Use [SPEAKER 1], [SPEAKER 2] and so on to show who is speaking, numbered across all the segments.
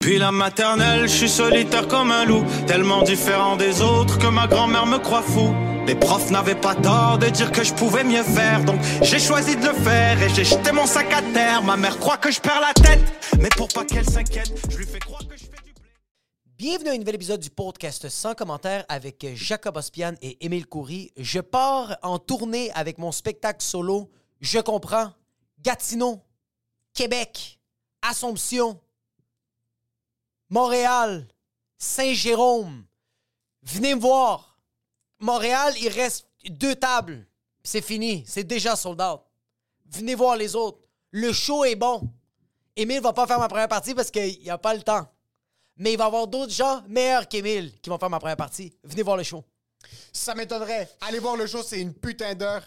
[SPEAKER 1] Puis la maternelle, je suis solitaire comme un loup, tellement différent des autres que ma grand-mère me croit fou. Les profs n'avaient pas tort de dire que je pouvais mieux faire, donc j'ai choisi de le faire et j'ai jeté mon sac à terre. Ma mère croit que je perds la tête, mais pour pas qu'elle s'inquiète, je lui fais croire que je fais du blé.
[SPEAKER 2] Bienvenue à un nouvel épisode du podcast sans commentaire avec Jacob Ospian et Émile Coury. Je pars en tournée avec mon spectacle solo Je comprends Gatineau, Québec, Assomption, Montréal, Saint-Jérôme. Venez me voir. Montréal, il reste deux tables. C'est fini. C'est déjà sold out. Venez voir les autres. Le show est bon. Émile va pas faire ma première partie parce qu'il n'y a pas le temps. Mais il va y avoir d'autres gens meilleurs qu'Émile qui vont faire ma première partie. Venez voir le show.
[SPEAKER 3] Ça m'étonnerait. Allez voir le show, c'est une putain d'heure.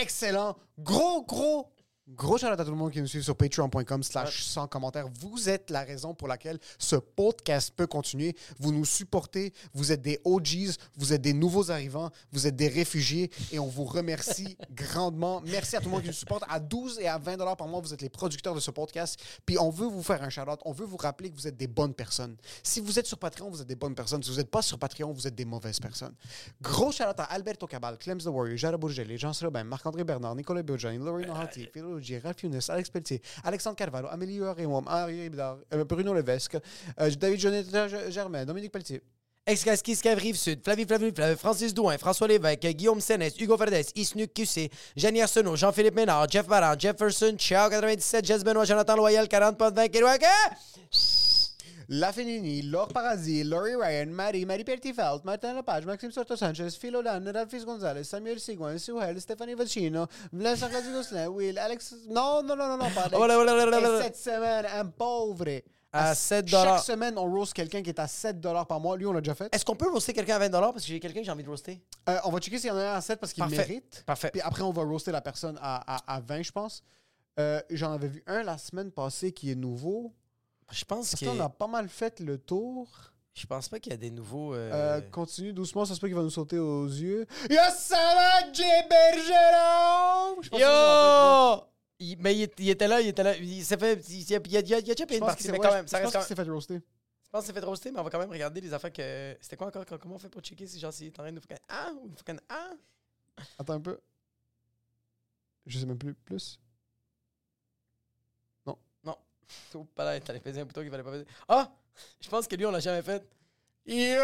[SPEAKER 3] Excellent. Gros, gros, gros shout à tout le monde qui nous suit sur patreon.com slash sans commentaire. Vous êtes la raison pour laquelle ce podcast peut continuer. Vous nous supportez. Vous êtes des OGs. Vous êtes des nouveaux arrivants. Vous êtes des réfugiés. Et on vous remercie grandement. Merci à tout le monde qui nous supporte. À 12 et à 20 dollars par mois, vous êtes les producteurs de ce podcast. Puis on veut vous faire un shout-out. On veut vous rappeler que vous êtes des bonnes personnes. Si vous êtes sur Patreon, vous êtes des bonnes personnes. Si vous n'êtes pas sur Patreon, vous êtes des mauvaises personnes. Gros shout-out à Alberto Cabal, Clems The Warrior, Jara Bourgelet, Jean Srebin, Marc-André Bernard, Nicolas Bioggiani,
[SPEAKER 2] Euh,
[SPEAKER 3] Laurie Nohati, Phil Augier, Ralph Younes, Alex Pelletier, Alexandre Carvalho, Amélie Rémoum, Henri Bidard, euh, Bruno Levesque, euh, David Jonathan G- Germain, Dominique Pelletier.
[SPEAKER 2] Excaskis, Rive Sud, Flavie Flavie, Flavie, Francis Douin, François Lévesque, Guillaume Sénès, Hugo Verdes, Isnu QC, Jenny Arsenault, Jean-Philippe Ménard, Jeff Baran, Jefferson, Ciao 97, Jess Benoît, Jonathan Loyal, 40 points 20, Kirouaka!
[SPEAKER 3] La Fenini, Laure Paradis, Laurie Ryan, Marie, Marie Pertifeld, Martin Lapage, Maxime Soto Sanchez, Philo Dan, Ralphis Gonzalez, Samuel Sigouin, Suhel, Stéphanie Vacino, Vincent Gazigoslin, Will, Alex. Non, non, non, non, non, pas Alex.
[SPEAKER 2] Oh là, oh là, oh là, oh là, oh
[SPEAKER 3] Et
[SPEAKER 2] là.
[SPEAKER 3] cette semaine, un pauvre.
[SPEAKER 2] À 7 dollars.
[SPEAKER 3] Chaque semaine, on roast quelqu'un qui est à 7 par mois. Lui, on l'a déjà fait.
[SPEAKER 2] Est-ce qu'on peut roaster quelqu'un à 20$ parce que j'ai quelqu'un que j'ai envie de roaster?
[SPEAKER 3] Euh, on va checker s'il y en a un à 7 parce qu'il
[SPEAKER 2] Parfait.
[SPEAKER 3] mérite.
[SPEAKER 2] Parfait.
[SPEAKER 3] Puis après, on va roaster la personne à, à, à 20, je pense. Euh, J'en avais vu un la semaine passée qui est nouveau.
[SPEAKER 2] Bah, Je pense
[SPEAKER 3] Parce
[SPEAKER 2] que
[SPEAKER 3] qu'on a pas mal fait le tour.
[SPEAKER 2] je pense pas qu'il y a des nouveaux. euh,
[SPEAKER 3] Euh, continue doucement, ça se peut qu'il va nous sauter aux yeux. Yes, ça va, Jay Bergeron! Je pense que c'est ça, en fait, bon.
[SPEAKER 2] Yo! Il- mais il, est- il était là, il était là. Il s'est fait. Il, il, il, a- il a- il a déjà payé
[SPEAKER 3] Je
[SPEAKER 2] une
[SPEAKER 3] pense qu'il
[SPEAKER 2] partie,
[SPEAKER 3] s'est
[SPEAKER 2] mais
[SPEAKER 3] ouais,
[SPEAKER 2] quand même.
[SPEAKER 3] je-
[SPEAKER 2] Ça
[SPEAKER 3] je
[SPEAKER 2] reste
[SPEAKER 3] pense
[SPEAKER 2] quand
[SPEAKER 3] qu'il s'est fait roaster.
[SPEAKER 2] Je pense que c'est fait roaster, mais on va quand même regarder les affaires que. C'était quoi encore? Comment on fait pour checker si genre s'il est en train de nous faire un ah ou nous faire un ah?
[SPEAKER 3] Attends un peu. Je sais même plus. Plus.
[SPEAKER 2] Non. Oh, pas là, t'allais peser un bouton qu'il fallait pas peser. Ah! Je pense que lui, on l'a jamais fait.
[SPEAKER 3] Yo!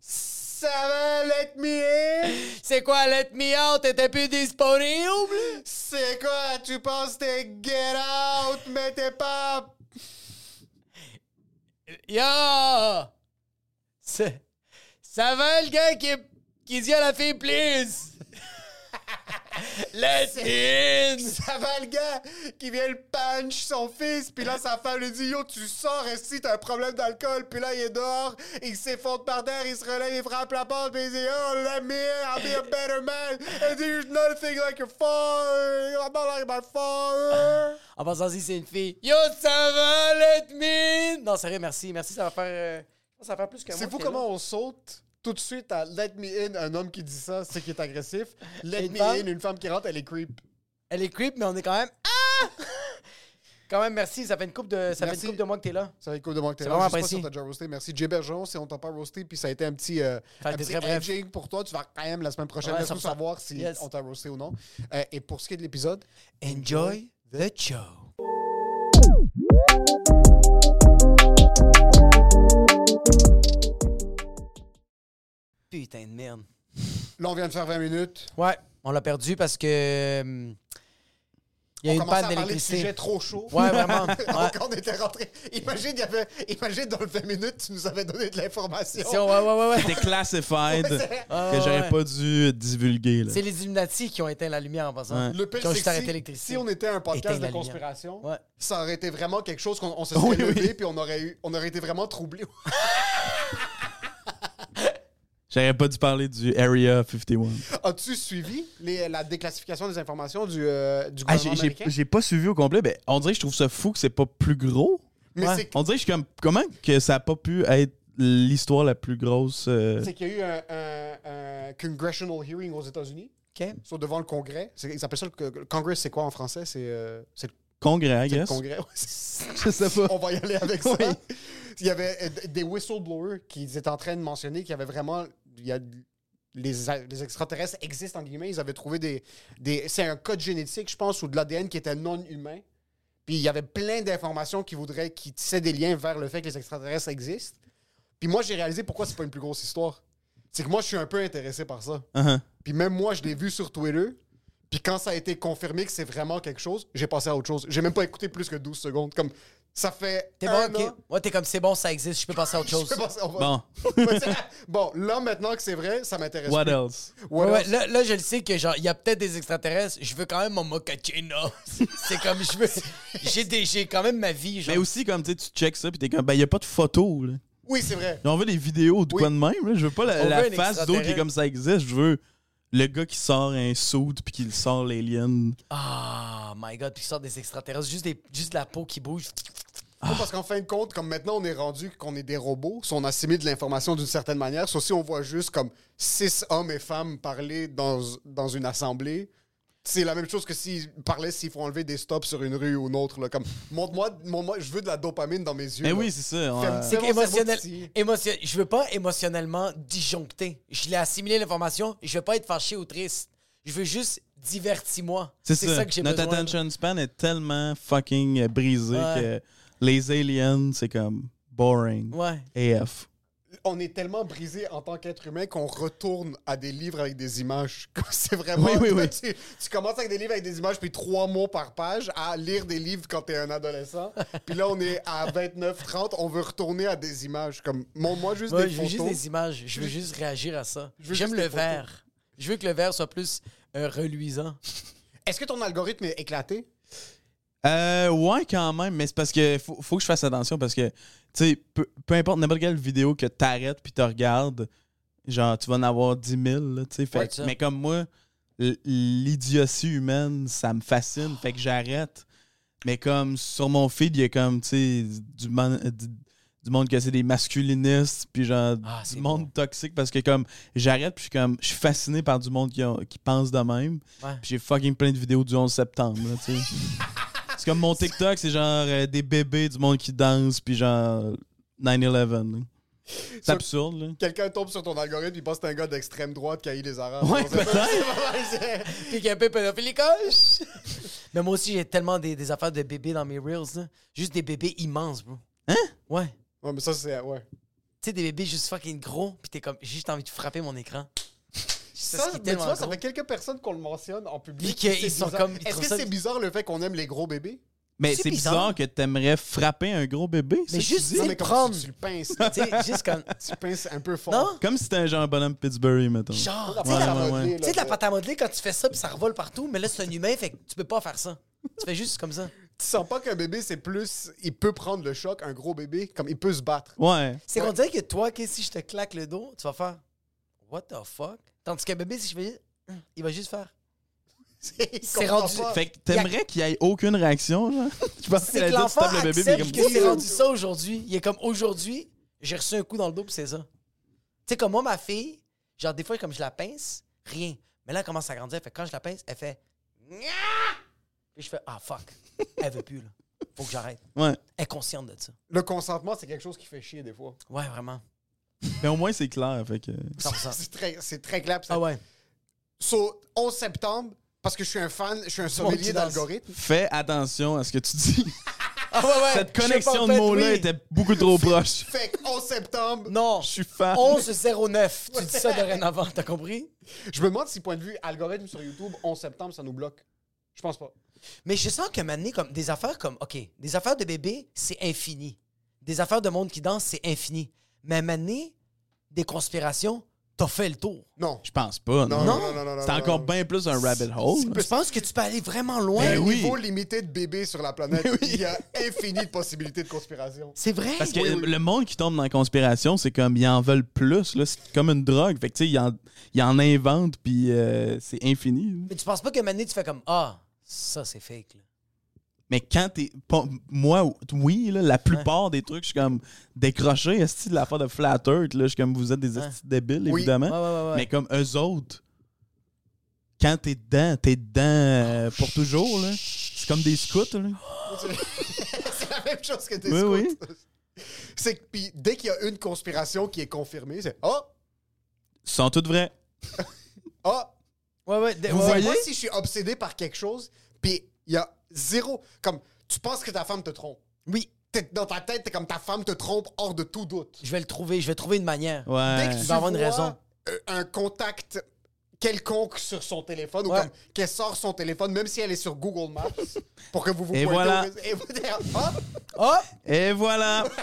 [SPEAKER 3] Ça va, let me in!
[SPEAKER 2] C'est quoi, let me out? T'étais plus disponible?
[SPEAKER 3] C'est quoi? Tu penses t'es get out, mais t'es pas.
[SPEAKER 2] Yo! Ça, ça va le gars qui, qui dit à la fille, please! Let's in!
[SPEAKER 3] Ça va le gars qui vient le punch son fils, puis là sa femme lui dit Yo, tu sors ici, t'as un problème d'alcool, puis là il est dehors, il s'effondre par terre, il se relève, il frappe la porte, puis il dit Oh, let me in, I'll be a better man, and there's nothing like your father, I'm not like my father.
[SPEAKER 2] En passant, si c'est une fille, yo, ça va, let me in! Non, sérieux, merci, merci, ça va faire. euh, je pense que ça va faire plus que moi.
[SPEAKER 3] C'est fou
[SPEAKER 2] t'es
[SPEAKER 3] comment
[SPEAKER 2] là.
[SPEAKER 3] on saute tout de suite à Let me in, un homme qui dit ça, c'est qui est agressif, Let
[SPEAKER 2] Une
[SPEAKER 3] me
[SPEAKER 2] femme?
[SPEAKER 3] in, une femme qui rentre, elle est creep.
[SPEAKER 2] Elle est creep, mais on est quand même. Ah! quand même, merci, ça fait une coupe de, ça fait
[SPEAKER 3] Merci.
[SPEAKER 2] une coupe de mois que t'es là.
[SPEAKER 3] Ça va être cool de manquer
[SPEAKER 2] C'est vraiment
[SPEAKER 3] Je sais pas si
[SPEAKER 2] apprécié.
[SPEAKER 3] on t'a déjà roasté. Merci. Jay Bergeron, si on t'a pas roasté, puis ça a été un petit, euh,
[SPEAKER 2] Ça a
[SPEAKER 3] un
[SPEAKER 2] été
[SPEAKER 3] petit
[SPEAKER 2] très bref.
[SPEAKER 3] edging pour toi, tu vas quand même la semaine prochaine.
[SPEAKER 2] Ouais,
[SPEAKER 3] Laisse-nous
[SPEAKER 2] 100%.
[SPEAKER 3] savoir si
[SPEAKER 2] Yes.
[SPEAKER 3] on t'a roasté ou non. Euh, et pour ce qui est de l'épisode,
[SPEAKER 2] Enjoy the show. Putain de merde.
[SPEAKER 3] Là, on vient de faire 20 minutes.
[SPEAKER 2] Ouais, on l'a perdu parce que. hum, Il y a
[SPEAKER 3] on
[SPEAKER 2] une panne
[SPEAKER 3] commençait à parler de
[SPEAKER 2] d'électricité.
[SPEAKER 3] sujets trop chauds.
[SPEAKER 2] Ouais, vraiment. Ouais.
[SPEAKER 3] Donc, on était rentrés. Imagine, il y avait... Imagine, dans le 20 minutes, tu nous avais donné de l'information.
[SPEAKER 2] Si on- ouais, ouais, ouais, ouais.
[SPEAKER 4] C'était classified
[SPEAKER 3] Ouais, c'est-
[SPEAKER 4] que j'aurais pas dû divulguer. là.
[SPEAKER 2] C'est les Illuminati qui ont éteint la lumière en passant.
[SPEAKER 4] Ouais.
[SPEAKER 3] Le pire,
[SPEAKER 2] Qui ont
[SPEAKER 3] c'est
[SPEAKER 2] juste
[SPEAKER 3] que
[SPEAKER 2] arrêté
[SPEAKER 3] si,
[SPEAKER 2] l'électricité.
[SPEAKER 3] si on était un podcast
[SPEAKER 2] Éteindre la
[SPEAKER 3] de
[SPEAKER 2] lumière.
[SPEAKER 3] conspiration,
[SPEAKER 2] Ouais.
[SPEAKER 3] ça aurait été vraiment quelque chose qu'on on se serait
[SPEAKER 4] Oui, oui.
[SPEAKER 3] levé puis on aurait, eu, on aurait été vraiment troublés.
[SPEAKER 4] J'aurais pas dû parler du Area 51.
[SPEAKER 3] As-tu suivi les- la déclassification des informations du, euh, du
[SPEAKER 4] Ah,
[SPEAKER 3] gouvernement
[SPEAKER 4] j'ai- j'ai
[SPEAKER 3] américain?
[SPEAKER 4] j'ai pas suivi au complet. Ben, on dirait que je trouve ça fou que c'est pas plus gros.
[SPEAKER 3] Mais
[SPEAKER 4] Ouais.
[SPEAKER 3] c'est-
[SPEAKER 4] On dirait que je suis comme. Comment que ça a pas pu être l'histoire la plus grosse. euh,
[SPEAKER 3] C'est qu'il y a eu un, un- un congressional hearing aux États-Unis,
[SPEAKER 2] OK.
[SPEAKER 3] sur devant le Congrès. C'est- Ils appellent ça le, co- le Congress, c'est quoi en français? C'est euh, c'est le,
[SPEAKER 4] Congrès, I
[SPEAKER 3] c'est le
[SPEAKER 4] guess.
[SPEAKER 3] Congrès. ouais, c'est-
[SPEAKER 4] Je sais pas.
[SPEAKER 3] on va y aller avec ça.
[SPEAKER 4] Oui.
[SPEAKER 3] Il y avait euh, d- des whistleblowers qui étaient en train de mentionner qu'il y avait vraiment. Il y a, les, a- les extraterrestres existent, en guillemets. Ils avaient trouvé des. des c'est un code génétique, je pense, ou de l'ADN qui était non humain. Puis il y avait plein d'informations qui voudraient, qui tissaient des liens vers le fait que les extraterrestres existent. Puis moi, j'ai réalisé pourquoi c'est pas une plus grosse histoire. C'est que moi, je suis un peu intéressé par ça.
[SPEAKER 4] Uh-huh.
[SPEAKER 3] Puis même moi, je l'ai vu sur Twitter. Puis quand ça a été confirmé que c'est vraiment quelque chose, j'ai passé à autre chose. J'ai même pas écouté plus que 12 secondes. Comme ça fait.
[SPEAKER 2] T'es
[SPEAKER 3] un
[SPEAKER 2] bon, ok.
[SPEAKER 3] an,
[SPEAKER 2] Ouais, t'es comme c'est bon, ça existe, je peux passer à autre
[SPEAKER 3] je
[SPEAKER 2] chose.
[SPEAKER 3] peux passer- on va-
[SPEAKER 4] Bon.
[SPEAKER 3] bon, là maintenant que c'est vrai, ça m'intéresse.
[SPEAKER 4] What
[SPEAKER 3] plus.
[SPEAKER 4] else?
[SPEAKER 3] What
[SPEAKER 2] Ouais, ouais,
[SPEAKER 3] else?
[SPEAKER 2] là, là, je le sais que genre, il y a peut-être des extraterrestres, je veux quand même mon mochaccino. c'est comme je veux. J'ai des- j'ai quand même ma vie. Genre.
[SPEAKER 4] Mais aussi, comme tu sais, tu checks ça, puis t'es comme, ben, y a pas de photo, là.
[SPEAKER 3] Oui, c'est vrai.
[SPEAKER 4] On veut des vidéos de
[SPEAKER 3] Oui.
[SPEAKER 4] quoi de même, là. Je veux pas la,
[SPEAKER 2] On
[SPEAKER 4] la
[SPEAKER 2] veut un
[SPEAKER 4] face d'autre qui est
[SPEAKER 2] extraterrestre.
[SPEAKER 4] comme ça existe. Je veux le gars qui sort un saut puis qui le sort l'alien.
[SPEAKER 2] Ah, my god, puis ils sortent des extraterrestres, juste, des, juste de la peau qui bouge.
[SPEAKER 3] Non, Parce qu'en fin de compte, comme maintenant on est rendu qu'on est des robots, si on assimile de l'information d'une certaine manière, sauf si on voit juste comme six hommes et femmes parler dans, dans une assemblée, c'est la même chose que s'ils parlaient s'ils font enlever des stops sur une rue ou une autre. Là. Comme, montre-moi, montre-moi, je veux de la dopamine dans mes yeux.
[SPEAKER 4] Mais
[SPEAKER 3] là.
[SPEAKER 4] Eh oui, c'est ça. on-
[SPEAKER 3] Fais-moi-
[SPEAKER 2] C'est
[SPEAKER 3] mon
[SPEAKER 2] émotionnel.
[SPEAKER 3] cerveau petit.
[SPEAKER 2] Émotion, je veux pas émotionnellement disjoncter. Je l'ai assimilé l'information, je veux pas être fâché ou triste. Je veux juste divertis-moi.
[SPEAKER 4] C'est
[SPEAKER 2] C'est ça. que j'ai
[SPEAKER 4] Notre
[SPEAKER 2] besoin.
[SPEAKER 4] attention span est tellement fucking euh, brisé
[SPEAKER 2] Ouais.
[SPEAKER 4] que les aliens, c'est comme boring.
[SPEAKER 2] Ouais.
[SPEAKER 4] AF.
[SPEAKER 3] on est tellement brisé en tant qu'être humain qu'on retourne à des livres avec des images. C'est vraiment.
[SPEAKER 4] Oui, oui,
[SPEAKER 3] toi,
[SPEAKER 4] oui.
[SPEAKER 3] Tu, tu commences avec des livres avec des images, puis trois mots par page, à lire des livres quand t'es un adolescent. puis là, on est à 29, 30, on veut retourner à des images. Comme, montre-moi juste
[SPEAKER 2] Ouais,
[SPEAKER 3] des
[SPEAKER 2] je veux
[SPEAKER 3] photos.
[SPEAKER 2] juste des images. Je veux juste réagir à ça.
[SPEAKER 3] veux
[SPEAKER 2] J'aime
[SPEAKER 3] juste
[SPEAKER 2] le
[SPEAKER 3] des photos.
[SPEAKER 2] vert. Je veux que le vert soit plus euh, reluisant.
[SPEAKER 3] Est-ce que ton algorithme est éclaté?
[SPEAKER 4] Euh, ouais, quand même, mais c'est parce que faut, faut que je fasse attention parce que, tu sais, peu, peu importe n'importe quelle vidéo que t'arrêtes puis tu regardes, genre, tu vas en avoir 10 000, là, tu sais. fait
[SPEAKER 2] Ouais,
[SPEAKER 4] que-
[SPEAKER 2] ça.
[SPEAKER 4] mais comme moi, l- l'idiotie humaine, ça me fascine, fait que j'arrête. Mais comme sur mon feed, il y a comme, tu sais, du, man- du, du monde que c'est des masculinistes, puis genre,
[SPEAKER 2] Ah,
[SPEAKER 4] du
[SPEAKER 2] c'est
[SPEAKER 4] monde toxique parce que comme, j'arrête puis je suis comme, je suis fasciné par du monde qui, ont- qui pense de même.
[SPEAKER 2] Ouais.
[SPEAKER 4] Puis j'ai fucking plein de vidéos du 11 septembre, là, tu sais. C'est comme mon TikTok, c'est genre euh, des bébés du monde qui danse, puis genre 9-11. là. C'est absurde, là.
[SPEAKER 3] Quelqu'un tombe sur ton algorithme, il pense que t'es un gars d'extrême droite qui haït les Arabes.
[SPEAKER 4] Ouais,
[SPEAKER 3] On sait pas.
[SPEAKER 2] Puis qu'il y a un peu pédophilie coche. Mais moi aussi, j'ai tellement des, des affaires de bébés dans mes reels. là. Juste des bébés immenses, bro.
[SPEAKER 4] Hein?
[SPEAKER 2] Ouais.
[SPEAKER 3] ouais, mais ça, c'est. Ouais.
[SPEAKER 2] Tu sais, des bébés juste fucking gros. Puis t'es comme, j'ai juste envie de frapper mon écran.
[SPEAKER 3] Ça,
[SPEAKER 2] Parce qu'il est
[SPEAKER 3] mais tu
[SPEAKER 2] tellement
[SPEAKER 3] vois, ça
[SPEAKER 2] gros.
[SPEAKER 3] fait quelques personnes qu'on le mentionne en public.
[SPEAKER 2] Puis que
[SPEAKER 3] C'est
[SPEAKER 2] ils sont
[SPEAKER 3] bizarre.
[SPEAKER 2] comme- ils
[SPEAKER 3] Est-ce
[SPEAKER 2] trouvent
[SPEAKER 3] que
[SPEAKER 2] ça-
[SPEAKER 3] c'est bizarre le fait qu'on aime les gros bébés?
[SPEAKER 4] Mais
[SPEAKER 2] C'est
[SPEAKER 4] c'est bizarre.
[SPEAKER 2] bizarre
[SPEAKER 4] que t'aimerais frapper un gros bébé. c'est
[SPEAKER 2] Mais
[SPEAKER 4] ça?
[SPEAKER 2] juste, tu
[SPEAKER 3] Non,
[SPEAKER 2] sais,
[SPEAKER 3] mais comme
[SPEAKER 2] prendre.
[SPEAKER 3] tu, tu le pinces.
[SPEAKER 2] Tu sais, juste comme.
[SPEAKER 3] tu pinces un peu fort.
[SPEAKER 2] Non?
[SPEAKER 4] Comme si c'était un genre un bonhomme Pittsburgh, mettons.
[SPEAKER 2] Genre,
[SPEAKER 3] La
[SPEAKER 2] tu sais,
[SPEAKER 3] pâte à
[SPEAKER 2] la-
[SPEAKER 4] ouais, ouais.
[SPEAKER 3] modeler,
[SPEAKER 2] tu sais, de la
[SPEAKER 3] là,
[SPEAKER 2] pâte à modeler, quand tu fais ça, puis ça revole partout. Mais là, c'est un humain, fait que tu peux pas faire ça. Tu fais juste comme ça.
[SPEAKER 3] Tu sens pas qu'un bébé, c'est plus. Il peut prendre le choc, un gros bébé, comme il peut se battre.
[SPEAKER 4] Ouais.
[SPEAKER 2] C'est qu'on dirait que toi, que si je te claque le dos, tu vas faire What the fuck? Tandis qu'un bébé, si je fais il va juste faire. C'est rendu.
[SPEAKER 4] Fait que t'aimerais qu'il n'y ait aucune réaction, genre. Tu penses
[SPEAKER 2] C'est
[SPEAKER 4] qu'il
[SPEAKER 2] que
[SPEAKER 4] allait dire, tu
[SPEAKER 2] l'enfant
[SPEAKER 4] tapes le bébé, puis
[SPEAKER 2] accepte
[SPEAKER 4] il est
[SPEAKER 2] que
[SPEAKER 4] comme...
[SPEAKER 2] c'est rendu ça aujourd'hui. Il est comme aujourd'hui, j'ai reçu un coup dans le dos, puis c'est ça. Tu sais, comme moi, ma fille, genre des fois, comme je la pince, rien. Mais là, elle commence à grandir. Fait que quand je la pince, elle fait. Nya! Puis je fais Ah fuck, elle veut plus, là. Faut que j'arrête.
[SPEAKER 4] Ouais.
[SPEAKER 2] Elle est consciente de ça.
[SPEAKER 3] Le consentement, c'est quelque chose qui fait chier des fois.
[SPEAKER 2] Ouais, vraiment.
[SPEAKER 4] Mais au moins, c'est clair, fait que...
[SPEAKER 2] 100%.
[SPEAKER 3] C'est très, c'est très clair. pis ça-
[SPEAKER 2] Ah ouais.
[SPEAKER 3] So, 11 septembre, parce que je suis un fan, je suis un
[SPEAKER 2] monde qui
[SPEAKER 3] sommelier
[SPEAKER 2] danse.
[SPEAKER 3] d'algorithme.
[SPEAKER 4] Fais attention à ce que tu dis.
[SPEAKER 2] Ah ouais, ouais.
[SPEAKER 4] Cette
[SPEAKER 2] Je sais
[SPEAKER 4] connexion
[SPEAKER 2] pas,
[SPEAKER 4] de
[SPEAKER 2] en fait,
[SPEAKER 4] mots-là
[SPEAKER 2] oui.
[SPEAKER 4] était beaucoup trop proche.
[SPEAKER 3] Fait que 11 septembre,
[SPEAKER 2] Non.
[SPEAKER 4] Je suis fan.
[SPEAKER 2] 11-09. Tu dis ça dorénavant, t'as compris?
[SPEAKER 3] je me demande si, point de vue algorithme sur YouTube, 11 septembre, ça nous bloque. Je pense pas.
[SPEAKER 2] Mais je sens que maintenant, comme des affaires comme, OK, des affaires de bébé, c'est infini. Des affaires de monde qui danse, c'est infini. Mais maintenant, des conspirations, t'as fait le tour.
[SPEAKER 3] Non.
[SPEAKER 4] Je pense pas. Non.
[SPEAKER 2] Non.
[SPEAKER 4] C'est encore bien plus un rabbit hole.
[SPEAKER 2] Je pense que tu peux aller vraiment loin.
[SPEAKER 4] Ben
[SPEAKER 3] Un
[SPEAKER 4] oui.
[SPEAKER 3] niveau limité de bébés sur la planète. Il y a infini de possibilités de conspiration.
[SPEAKER 2] C'est vrai.
[SPEAKER 4] Parce que le monde qui tombe dans la conspiration, c'est comme ils en veulent plus. là. C'est comme une drogue. Fait que tu sais, ils en, ils en inventent, puis euh, c'est infini. là.
[SPEAKER 2] Mais tu penses pas que maintenant, tu fais comme, ah, ça, c'est fake. là.
[SPEAKER 4] Mais quand t'es. pas- Moi, oui, là, la plupart des trucs, je suis comme décroché. Est-ce de la de Flat Earth? Là, je suis comme vous êtes des estis débiles,
[SPEAKER 3] Oui.
[SPEAKER 4] évidemment.
[SPEAKER 2] Ouais, ouais, ouais, ouais.
[SPEAKER 4] Mais comme eux autres, quand t'es dedans, t'es dedans euh, pour toujours. là. C'est comme des scouts. là.
[SPEAKER 3] C'est la même chose que des
[SPEAKER 4] Oui, oui.
[SPEAKER 3] scouts. C'est que puis, dès qu'il y a une conspiration qui est confirmée, c'est oh,
[SPEAKER 4] Ils sont toutes vrais.
[SPEAKER 3] oh.
[SPEAKER 2] Ouais, ouais, de-
[SPEAKER 3] Vous
[SPEAKER 2] ouais, ouais.
[SPEAKER 3] Moi, si je suis obsédé par quelque chose, puis il y a zéro. Comme, tu penses que ta femme te trompe.
[SPEAKER 2] Oui,
[SPEAKER 3] T'es- dans ta tête, t'es comme ta femme te trompe hors de tout doute.
[SPEAKER 2] je vais le trouver. Je vais trouver une manière.
[SPEAKER 4] Ouais.
[SPEAKER 3] Dès que tu
[SPEAKER 2] va avoir une
[SPEAKER 3] vois,
[SPEAKER 2] raison.
[SPEAKER 3] euh, Un contact quelconque sur son téléphone
[SPEAKER 2] Ouais.
[SPEAKER 3] ou comme qu'elle sort son téléphone, même si elle est sur Google Maps, pour que vous vous
[SPEAKER 4] Et
[SPEAKER 3] pointez au
[SPEAKER 4] voilà.
[SPEAKER 3] rés- Et vous dire, oh,
[SPEAKER 2] Oh,
[SPEAKER 4] Et voilà!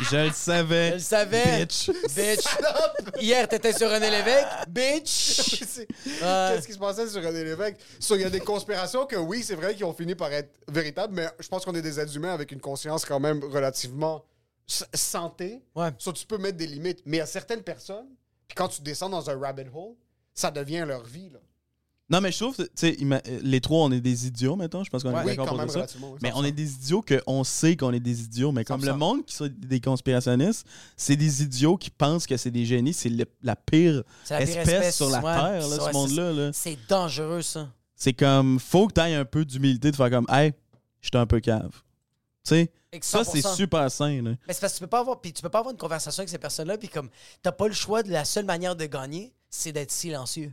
[SPEAKER 4] Je le savais.
[SPEAKER 2] je le savais.
[SPEAKER 4] Bitch.
[SPEAKER 2] Bitch.
[SPEAKER 3] salope!
[SPEAKER 2] Hier, t'étais sur René Lévesque. Bitch.
[SPEAKER 3] C'est- Qu'est-ce qui se passait sur René Lévesque? So, Il y a des conspirations que, oui, c'est vrai, qui ont fini par être véritables, mais je pense qu'on est des êtres humains avec une conscience quand même relativement s- santé.
[SPEAKER 2] Ouais.
[SPEAKER 3] So, tu peux mettre des limites. Mais il y a certaines personnes, puis quand tu descends dans un rabbit hole, ça devient leur vie. Là.
[SPEAKER 4] Non, mais je trouve, tu sais, ima- euh, les trois, on est des idiots, maintenant. Je pense qu'on est
[SPEAKER 3] Ouais. Oui,
[SPEAKER 4] d'accord
[SPEAKER 3] quand
[SPEAKER 4] pour
[SPEAKER 3] même,
[SPEAKER 4] dire ça.
[SPEAKER 3] relativement, oui,
[SPEAKER 4] mais on
[SPEAKER 3] 100%.
[SPEAKER 4] est des idiots qu'on sait qu'on est des idiots. Mais comme le
[SPEAKER 3] 100%.
[SPEAKER 4] monde qui sont des conspirationnistes, c'est des idiots qui pensent que c'est des génies. C'est le- la pire
[SPEAKER 2] C'est la pire
[SPEAKER 4] espèce, sur la
[SPEAKER 2] ouais.
[SPEAKER 4] Terre, là,
[SPEAKER 2] Ouais,
[SPEAKER 4] ce
[SPEAKER 2] c'est-
[SPEAKER 4] monde-là. là.
[SPEAKER 2] C'est dangereux, ça.
[SPEAKER 4] C'est comme, faut que tu un peu d'humilité de faire comme, hey, je suis un peu cave. Tu sais,
[SPEAKER 2] Et que
[SPEAKER 4] ça, c'est
[SPEAKER 2] 100%.
[SPEAKER 4] super sain. là.
[SPEAKER 2] Mais c'est parce que tu peux pas avoir, puis tu peux pas avoir une conversation avec ces personnes-là, puis comme t'as pas le choix de la seule manière de gagner, c'est d'être silencieux.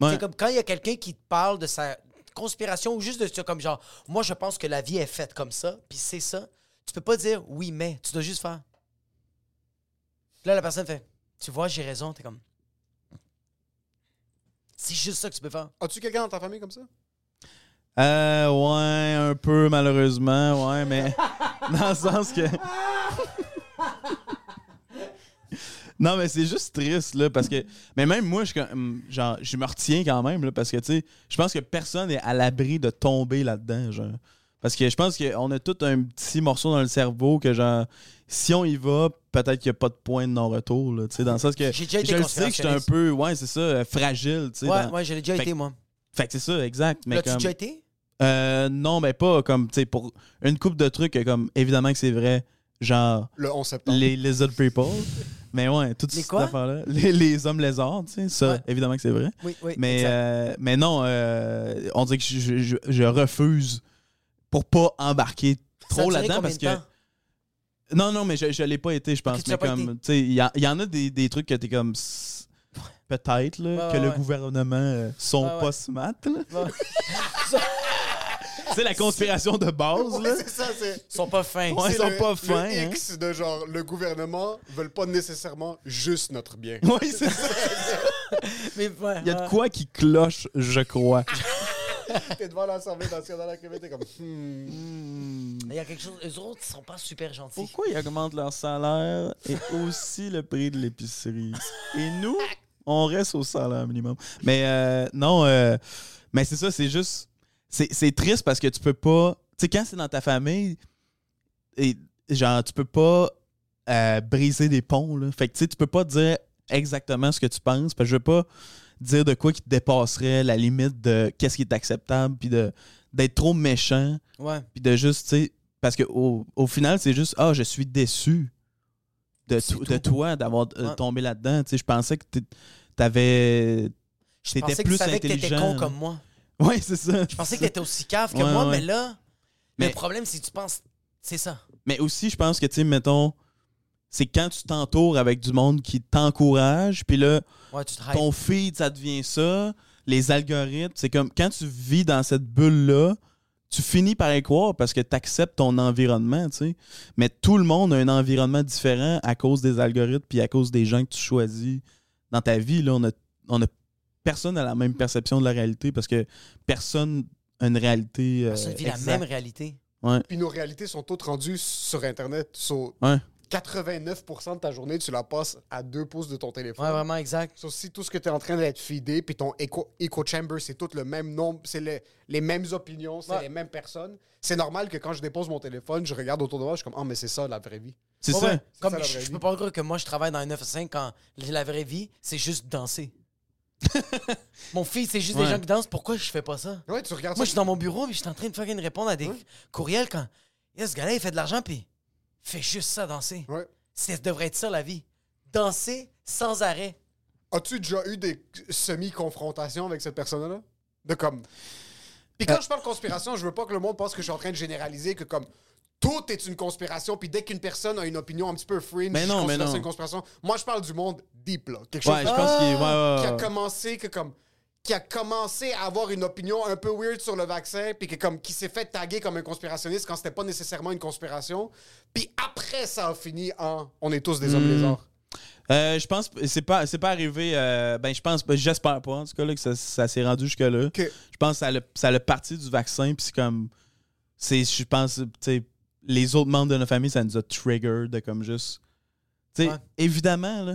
[SPEAKER 4] Ouais.
[SPEAKER 2] C'est comme quand il y a quelqu'un qui te parle de sa conspiration ou juste de tu- comme genre, moi je pense que la vie est faite comme ça, puis c'est ça. Tu peux pas dire oui mais, tu dois juste faire. Là la personne fait, tu vois j'ai raison, t'es comme. C'est juste ça que tu peux faire.
[SPEAKER 3] As-tu quelqu'un dans ta famille comme ça?
[SPEAKER 4] Euh, ouais, un peu, malheureusement, ouais, mais dans le sens que. non, mais c'est juste triste, là, parce que. Mais même moi, je, comme- genre, je me retiens quand même, là, parce que, tu sais, je pense que personne n'est à l'abri de tomber là-dedans, genre. Parce que je pense qu'on a tout un petit morceau dans le cerveau que, genre, si on y va, peut-être qu'il n'y a pas de point de non-retour, là, tu sais, dans le sens que.
[SPEAKER 2] J'ai déjà été
[SPEAKER 4] je le sais que j'étais un
[SPEAKER 2] conspirationniste.
[SPEAKER 4] peu, ouais, c'est ça, euh, fragile, tu sais.
[SPEAKER 2] Ouais,
[SPEAKER 4] dans-
[SPEAKER 2] ouais, je l'ai déjà
[SPEAKER 4] Fait-
[SPEAKER 2] été, moi.
[SPEAKER 4] Fait que c'est ça, exact. mais
[SPEAKER 2] L'as-tu
[SPEAKER 4] comme-
[SPEAKER 2] déjà été?
[SPEAKER 4] euh, non, mais pas comme, tu sais, pour une coupe de trucs, euh, comme, évidemment que c'est vrai, genre,
[SPEAKER 3] Le 11 septembre.
[SPEAKER 4] les lizard people. Mais ouais, toutes
[SPEAKER 2] Les
[SPEAKER 4] ces
[SPEAKER 2] quoi?
[SPEAKER 4] affaires-là. Les, les hommes lézards, tu sais, ça,
[SPEAKER 2] Ouais.
[SPEAKER 4] évidemment que c'est vrai.
[SPEAKER 2] Oui, oui.
[SPEAKER 4] mais,
[SPEAKER 2] exact.
[SPEAKER 4] euh, mais non, euh, on dirait que je, je- je- je refuse pour pas embarquer
[SPEAKER 2] Ça a
[SPEAKER 4] trop
[SPEAKER 2] duré
[SPEAKER 4] là-dedans
[SPEAKER 2] combien
[SPEAKER 4] parce
[SPEAKER 2] de
[SPEAKER 4] que.
[SPEAKER 2] temps?
[SPEAKER 4] Non, non, mais je, je l'ai pas été, je pense.
[SPEAKER 2] tu
[SPEAKER 4] mais
[SPEAKER 2] l'as pas
[SPEAKER 4] comme,
[SPEAKER 2] été.
[SPEAKER 4] tu sais, il y, a- il y en a des, des trucs que t'es comme. s- Peut-être, là,
[SPEAKER 2] Ouais,
[SPEAKER 4] que
[SPEAKER 2] ouais,
[SPEAKER 4] le
[SPEAKER 2] ouais.
[SPEAKER 4] gouvernement euh, sont
[SPEAKER 2] Ouais, ouais.
[SPEAKER 4] pas smart, là. c'est la conspiration de base,
[SPEAKER 3] Ouais,
[SPEAKER 4] là.
[SPEAKER 3] c'est ça, c'est.
[SPEAKER 2] Ils sont pas fins.
[SPEAKER 4] Ouais, ils
[SPEAKER 3] c'est
[SPEAKER 4] sont
[SPEAKER 3] le-
[SPEAKER 4] pas fins,
[SPEAKER 3] Le
[SPEAKER 4] hein.
[SPEAKER 3] X de genre, le gouvernement veulent pas nécessairement juste notre bien.
[SPEAKER 4] Oui, c'est ça.
[SPEAKER 2] Mais ouais,
[SPEAKER 4] Il y a de
[SPEAKER 2] ouais.
[SPEAKER 4] quoi qui cloche, je crois.
[SPEAKER 3] T'es devant l'Assemblée nationale à Québec, t'es comme. hmm.
[SPEAKER 2] Il y a quelque chose. Eux autres, ils sont pas super gentils.
[SPEAKER 4] Pourquoi ils augmentent leur salaire et aussi le prix de l'épicerie? Et nous, on reste au salaire minimum. Mais euh, non, euh, mais c'est ça, c'est juste. C'est c'est triste parce que tu peux pas. Tu sais, quand c'est dans ta famille, et genre, tu peux pas euh, briser des ponts. Là. Fait que tu sais, tu peux pas dire exactement ce que tu penses. Parce que je veux pas dire de quoi qui te dépasserait la limite de qu'est-ce qui est acceptable, puis de- d'être trop méchant
[SPEAKER 2] Ouais.
[SPEAKER 4] puis de juste, tu sais, parce que au, au final, c'est juste, ah, je suis déçu de,
[SPEAKER 2] C'est
[SPEAKER 4] to- de toi d'avoir euh,
[SPEAKER 2] Ouais.
[SPEAKER 4] tombé là-dedans. Tu sais, je pensais que t'é- t'avais.
[SPEAKER 2] Je
[SPEAKER 4] T'étais
[SPEAKER 2] pensais que tu
[SPEAKER 4] plus
[SPEAKER 2] savais que t'étais
[SPEAKER 4] intelligent,
[SPEAKER 2] con
[SPEAKER 4] là.
[SPEAKER 2] comme moi.
[SPEAKER 4] Ouais, c'est ça.
[SPEAKER 2] Je pensais que t'étais aussi cave que
[SPEAKER 4] Ouais,
[SPEAKER 2] moi,
[SPEAKER 4] ouais.
[SPEAKER 2] mais là,
[SPEAKER 4] Mais-
[SPEAKER 2] le problème, c'est que tu penses. C'est ça.
[SPEAKER 4] Mais aussi, je pense que, tu sais, mettons, c'est quand tu t'entoures avec du monde qui t'encourage, puis là,
[SPEAKER 2] Ouais, tu te hypes.
[SPEAKER 4] ton feed, ça devient ça, les algorithmes, c'est comme quand tu vis dans cette bulle-là, tu finis par y croire parce que tu acceptes ton environnement, tu sais. Mais tout le monde a un environnement différent à cause des algorithmes puis à cause des gens que tu choisis dans ta vie. Là, on a, on a personne n'a la même perception de la réalité parce que personne a une réalité. euh,
[SPEAKER 2] Personne vit
[SPEAKER 4] exacte.
[SPEAKER 2] la même réalité.
[SPEAKER 4] Ouais,
[SPEAKER 3] Puis nos réalités sont toutes rendues sur Internet. So,
[SPEAKER 4] ouais.
[SPEAKER 3] 89% de ta journée, tu la passes à deux pouces de ton téléphone.
[SPEAKER 2] Ouais, vraiment, exact.
[SPEAKER 3] So, si tout ce que tu es en train d'être feedé, puis ton echo, echo chamber, c'est tout le même nombre, c'est le- les mêmes opinions, c'est
[SPEAKER 2] Ouais.
[SPEAKER 3] les mêmes personnes, c'est normal que quand je dépose mon téléphone, je regarde autour de moi, je suis comme, ah, mais c'est ça la vraie vie.
[SPEAKER 4] C'est
[SPEAKER 2] Ouais,
[SPEAKER 4] ça.
[SPEAKER 2] ouais. Comme
[SPEAKER 3] ça, la
[SPEAKER 2] je,
[SPEAKER 3] vraie
[SPEAKER 2] je
[SPEAKER 3] vie.
[SPEAKER 2] peux pas croire que moi je travaille dans un 9 à 5 quand la vraie vie, c'est juste danser. mon fils, c'est juste des
[SPEAKER 4] Ouais.
[SPEAKER 2] gens qui dansent. Pourquoi je fais pas ça?
[SPEAKER 3] Ouais, tu regardes
[SPEAKER 2] Moi, je
[SPEAKER 3] ça.
[SPEAKER 2] suis dans mon bureau puis je suis en train de fucking répondre à des courriels quand Yeah, ce gars-là, il fait de l'argent puis il fait juste ça, danser.
[SPEAKER 3] Ouais.
[SPEAKER 2] Ça devrait être ça la vie. Danser sans arrêt.
[SPEAKER 3] As-tu déjà eu des semi-confrontations avec cette personne-là? De comme. Puis
[SPEAKER 4] Euh.
[SPEAKER 3] quand je parle conspiration, je veux pas que le monde pense que je suis en train de généraliser que comme tout est une conspiration, puis dès qu'une personne a une opinion un petit peu fringe,
[SPEAKER 4] Mais non,
[SPEAKER 3] je
[SPEAKER 4] mais
[SPEAKER 3] considère
[SPEAKER 4] non.
[SPEAKER 3] ça une conspiration. Moi, je parle du monde deep, là. Quelque chose
[SPEAKER 4] Ouais, je
[SPEAKER 3] qui-
[SPEAKER 4] pense euh, qu'il est. ouais, ouais,
[SPEAKER 2] Ah,
[SPEAKER 3] qui a
[SPEAKER 4] ouais.
[SPEAKER 3] commencé que comme qui a commencé à avoir une opinion un peu weird sur le vaccin, puis que comme qui s'est fait taguer comme un conspirationniste quand c'était pas nécessairement une conspiration, puis après ça a fini en on est tous des
[SPEAKER 4] Hmm.
[SPEAKER 3] hommes lézards.
[SPEAKER 4] Euh, je pense que c'est pas c'est pas arrivé euh, ben je pense ben, j'espère pas en tout cas là, que ça, ça s'est rendu jusque là.
[SPEAKER 3] Ok.
[SPEAKER 4] Je pense que ça a le ça a le parti du vaccin puis c'est comme c'est je pense tu sais, les autres membres de notre famille ça nous a trigger de comme juste tu sais
[SPEAKER 2] Ouais.
[SPEAKER 4] évidemment là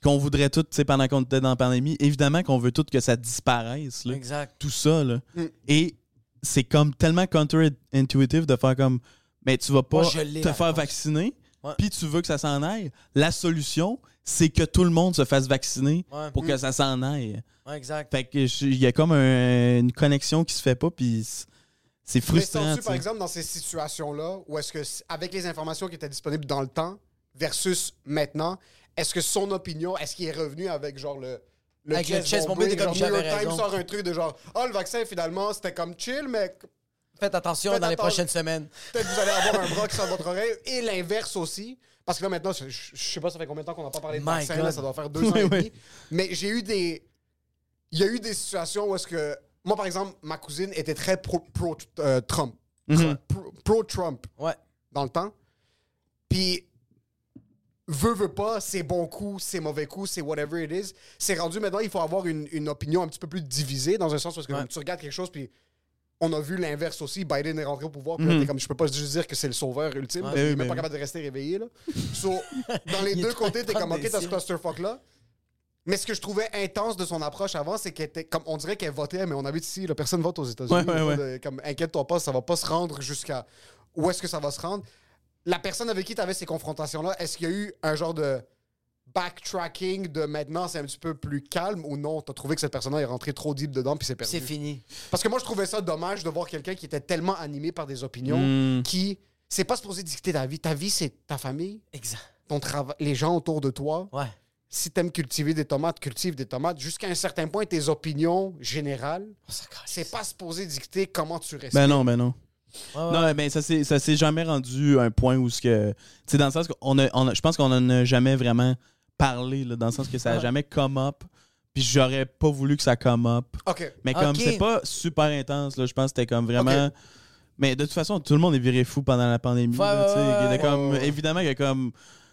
[SPEAKER 4] qu'on voudrait tout tu sais pendant qu'on était dans la pandémie, évidemment qu'on veut tout que ça disparaisse là,
[SPEAKER 2] Exact. Mm.
[SPEAKER 4] tout ça là. Et c'est comme tellement contre-intuitif de faire comme mais tu vas pas
[SPEAKER 2] Moi, je l'ai,
[SPEAKER 4] te
[SPEAKER 2] la
[SPEAKER 4] faire
[SPEAKER 2] réponse.
[SPEAKER 4] vacciner
[SPEAKER 2] Ouais.
[SPEAKER 4] puis tu veux que ça s'en aille. La solution c'est que tout le monde se fasse vacciner
[SPEAKER 2] Ouais. Mm.
[SPEAKER 4] pour que ça s'en aille.
[SPEAKER 2] Ouais, exact.
[SPEAKER 4] Fait que je- il y a comme un- une connexion qui se fait pas puis c'est- c'est
[SPEAKER 3] Mais
[SPEAKER 4] frustrant.
[SPEAKER 3] sens-tu, par
[SPEAKER 4] t'sais.
[SPEAKER 3] exemple, dans ces situations-là, où est-ce que, c- avec les informations qui étaient disponibles dans le temps versus maintenant, est-ce que son opinion, est-ce qu'il est revenu avec genre le.
[SPEAKER 2] Avec le chest
[SPEAKER 3] bomb
[SPEAKER 2] bombé de
[SPEAKER 3] break,
[SPEAKER 2] comme
[SPEAKER 3] genre, New
[SPEAKER 2] j'avais
[SPEAKER 3] York Times
[SPEAKER 2] raison.
[SPEAKER 3] sort un truc de genre, ah, le vaccin, finalement, c'était comme chill, mais
[SPEAKER 2] Faites attention
[SPEAKER 3] Faites
[SPEAKER 2] dans les
[SPEAKER 3] attention.
[SPEAKER 2] prochaines semaines.
[SPEAKER 3] Peut-être que vous allez avoir un broc sur votre oreille et l'inverse aussi. Parce que là, maintenant, je, je- je sais pas, ça fait combien de temps qu'on n'a pas parlé de
[SPEAKER 2] My
[SPEAKER 3] vaccin,
[SPEAKER 2] God.
[SPEAKER 3] là, ça doit faire deux ans
[SPEAKER 4] Oui,
[SPEAKER 3] et
[SPEAKER 4] oui.
[SPEAKER 3] demi. Mais j'ai eu des. Il y a eu des situations où est-ce que. Moi, par exemple, ma cousine était très euh, pro-Trump. Pro-Trump
[SPEAKER 2] Mm-hmm. Ouais.
[SPEAKER 3] dans le temps. Puis, veut, veut pas, c'est bon coup, c'est mauvais coup, c'est whatever it is. C'est rendu maintenant, il faut avoir une, une opinion un petit peu plus divisée, dans un sens, parce que
[SPEAKER 2] Ouais.
[SPEAKER 3] comme, tu regardes quelque chose, puis on a vu l'inverse aussi. Biden est rentré au pouvoir, puis
[SPEAKER 4] Mm.
[SPEAKER 3] là, t'es comme, je peux pas juste dire que c'est le sauveur ultime, parce qu'il
[SPEAKER 4] oui,
[SPEAKER 3] est même pas
[SPEAKER 4] mais Eh ben oui.
[SPEAKER 3] capable de rester réveillé, là. So, dans les
[SPEAKER 2] Il est
[SPEAKER 3] deux
[SPEAKER 2] en train
[SPEAKER 3] côtés,
[SPEAKER 2] de
[SPEAKER 3] t'es comme,
[SPEAKER 2] prendre
[SPEAKER 3] ok,
[SPEAKER 2] des
[SPEAKER 3] t'as ce
[SPEAKER 2] sièges.
[SPEAKER 3] clusterfuck-là. Mais ce que je trouvais intense de son approche avant, c'est qu'elle était comme on dirait qu'elle votait, mais on habite ici, là, personne vote aux États-Unis.
[SPEAKER 4] Ouais, ouais,
[SPEAKER 3] Il y a pas
[SPEAKER 4] ouais.
[SPEAKER 3] de- Comme inquiète-toi pas, ça va pas se rendre jusqu'à où est-ce que ça va se rendre. La personne avec qui tu avais ces confrontations-là, est-ce qu'il y a eu un genre de backtracking de maintenant c'est un petit peu plus calme ou non T'as trouvé que cette personne-là est rentrée trop deep dedans puis c'est perdu
[SPEAKER 2] C'est fini.
[SPEAKER 3] Parce que moi je trouvais ça dommage de voir quelqu'un qui était tellement animé par des opinions
[SPEAKER 4] Hmm.
[SPEAKER 3] qui c'est pas supposé dicter ta vie. Ta vie c'est ta famille,
[SPEAKER 2] Exact.
[SPEAKER 3] ton travail, les gens autour de toi
[SPEAKER 2] Ouais.
[SPEAKER 3] si t'aimes cultiver des tomates, cultive des tomates. Jusqu'à un certain point, tes opinions générales,
[SPEAKER 2] On s'en calisse.
[SPEAKER 3] c'est pas supposé dicter comment tu restes.
[SPEAKER 4] Ben non, ben non.
[SPEAKER 2] Ouais,
[SPEAKER 3] Ah.
[SPEAKER 2] ouais.
[SPEAKER 4] Non, ben ça s'est ça s'est jamais rendu un point où ce que tu sais dans le sens qu'on a, on a- je pense qu'on en a jamais vraiment parlé là, dans le sens que
[SPEAKER 3] Ah.
[SPEAKER 4] ça a jamais come up puis j'aurais pas voulu que ça come up.
[SPEAKER 3] OK.
[SPEAKER 4] Mais comme
[SPEAKER 2] Ok.
[SPEAKER 4] c'est pas super intense, là, je pense que c'était comme vraiment.
[SPEAKER 3] Ok.
[SPEAKER 4] Mais de toute façon, tout le monde est viré fou pendant la pandémie.
[SPEAKER 2] Ouais,
[SPEAKER 4] là, tu sais,
[SPEAKER 2] ouais, ouais,
[SPEAKER 4] il y a
[SPEAKER 2] ouais.
[SPEAKER 4] comme, Évidemment, il y a comme.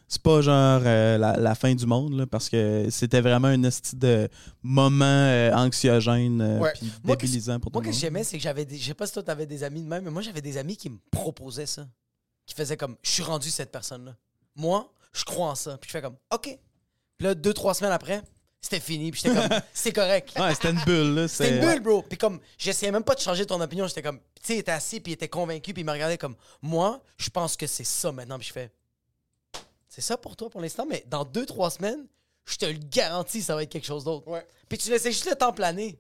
[SPEAKER 4] C'est pas genre euh, la, la fin du monde, là, parce que c'était vraiment un esti de moment euh, anxiogène euh,
[SPEAKER 3] Ouais.
[SPEAKER 4] puis
[SPEAKER 2] Moi, qu'est-ce-
[SPEAKER 4] débilisant pour tout
[SPEAKER 2] Moi,
[SPEAKER 4] le
[SPEAKER 2] que
[SPEAKER 4] monde.
[SPEAKER 2] j'aimais, c'est que j'avais des. Je sais pas si toi, t'avais des amis de même, mais moi, j'avais des amis qui me proposaient ça. Qui faisaient comme, je suis rendu cette personne-là. Moi, je crois en ça. Puis je fais comme, OK. Puis là, deux, trois semaines après, c'était fini. Puis j'étais comme, c'est correct.
[SPEAKER 4] Ouais, c'était une bulle. là,
[SPEAKER 2] C'était une bulle, bro. Puis comme, j'essayais même pas de changer ton opinion. J'étais comme, tu sais, il était assis, puis il était convaincu, puis il me regardait comme, moi, je pense que c'est ça maintenant. Puis je fais, c'est ça pour toi pour l'instant, mais dans deux, trois semaines, je te le garantis, ça va être quelque chose d'autre.
[SPEAKER 3] Ouais.
[SPEAKER 2] Puis tu laissais juste le temps planer.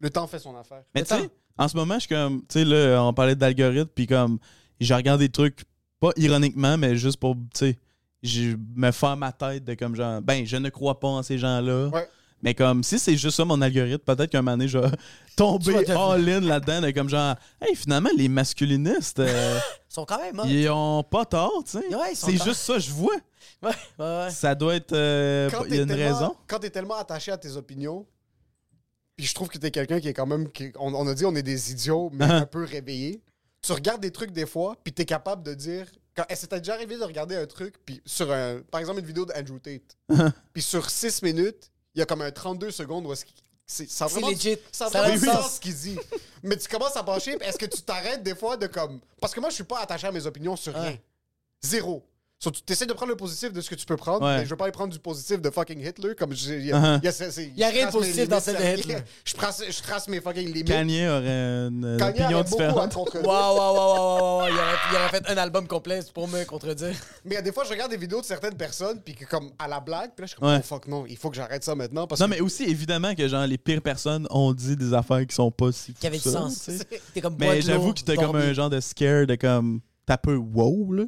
[SPEAKER 3] Le temps fait son affaire.
[SPEAKER 4] Mais tu
[SPEAKER 2] Attends.
[SPEAKER 4] sais, en ce moment, je suis comme, tu sais, là, on parlait d'algorithme, puis comme, je regarde des trucs, pas ironiquement, mais juste pour, tu sais, je me faire ma tête de comme genre, ben, je ne crois pas en ces gens-là.
[SPEAKER 3] Ouais.
[SPEAKER 4] Mais comme, si c'est juste ça mon algorithme, peut-être qu'un moment donné, je vais tomber
[SPEAKER 2] Tu vas devenir-
[SPEAKER 4] all-in là-dedans, de comme genre, hey, finalement, les masculinistes, euh,
[SPEAKER 2] Ils sont quand même, hein?
[SPEAKER 4] ils ont pas tort, tu sais.
[SPEAKER 2] Ouais, ils sont
[SPEAKER 4] c'est
[SPEAKER 2] pas-
[SPEAKER 4] juste ça, je vois.
[SPEAKER 2] Ouais, ouais, ouais.
[SPEAKER 4] Ça doit être. euh,
[SPEAKER 3] Quand
[SPEAKER 4] Il y a
[SPEAKER 3] t'es
[SPEAKER 4] une
[SPEAKER 3] tellement-
[SPEAKER 4] raison.
[SPEAKER 3] Quand t'es tellement attaché à tes opinions, Puis je trouve que t'es quelqu'un qui est quand même. qui- on, on a dit on est des idiots,
[SPEAKER 4] Hein?
[SPEAKER 3] mais un peu réveillés. Tu regardes des trucs des fois, puis t'es capable de dire. Quand, est-ce que t'as déjà arrivé de regarder un truc, puis sur un. Par exemple, une vidéo d'Andrew Tate.
[SPEAKER 4] Hein?
[SPEAKER 3] puis sur 6 minutes, il y a comme un 32 secondes où est-ce qu'il- C'est, ça a
[SPEAKER 2] C'est
[SPEAKER 3] vraiment-
[SPEAKER 2] legit.
[SPEAKER 3] Ça a
[SPEAKER 2] Ça a
[SPEAKER 3] vraiment
[SPEAKER 2] du
[SPEAKER 3] du
[SPEAKER 2] sens.
[SPEAKER 3] sens ce qu'il dit. Mais tu commences à pencher, puis est-ce que tu t'arrêtes des fois de comme. Parce que moi, je suis pas attaché à mes opinions sur
[SPEAKER 2] Hein?
[SPEAKER 3] rien. Zéro. So, tu essaies de prendre le positif de ce que tu peux prendre,
[SPEAKER 4] Ouais. Uh-huh.
[SPEAKER 3] mais je veux pas aller prendre du positif de fucking Hitler. Comme j'ai- il y a- il y a- c'est- c'est-
[SPEAKER 2] y a
[SPEAKER 3] je
[SPEAKER 2] rien de
[SPEAKER 3] trace mes
[SPEAKER 2] positif dans
[SPEAKER 3] limites,
[SPEAKER 2] celle de
[SPEAKER 3] ça-
[SPEAKER 2] Hitler.
[SPEAKER 3] Je trace, je trace mes fucking limites.
[SPEAKER 4] Kanye aurait une
[SPEAKER 3] Kanye
[SPEAKER 4] opinion
[SPEAKER 3] aurait beaucoup à
[SPEAKER 4] différente.
[SPEAKER 3] contre-
[SPEAKER 2] Waouh, waouh, waouh, waouh, waouh, waouh. Il aurait, il aurait fait un album complet pour me contredire.
[SPEAKER 3] Mais il y a des fois, je regarde des vidéos de certaines personnes, puis que comme à la blague, puis là, je suis comme,
[SPEAKER 4] Ouais.
[SPEAKER 3] oh fuck non, il faut que j'arrête ça maintenant. Parce
[SPEAKER 4] Non,
[SPEAKER 3] que
[SPEAKER 4] mais aussi, évidemment, que genre, les pires personnes ont dit des affaires qui sont pas si.
[SPEAKER 2] Qui avait du
[SPEAKER 4] fous que ça,
[SPEAKER 2] sens.
[SPEAKER 4] tu sais.
[SPEAKER 2] T'es comme bois
[SPEAKER 4] Mais
[SPEAKER 2] de
[SPEAKER 4] j'avoue
[SPEAKER 2] l'eau,
[SPEAKER 4] que c'était comme
[SPEAKER 2] dormi.
[SPEAKER 4] un genre de scare de comme. T'as peu wow, là.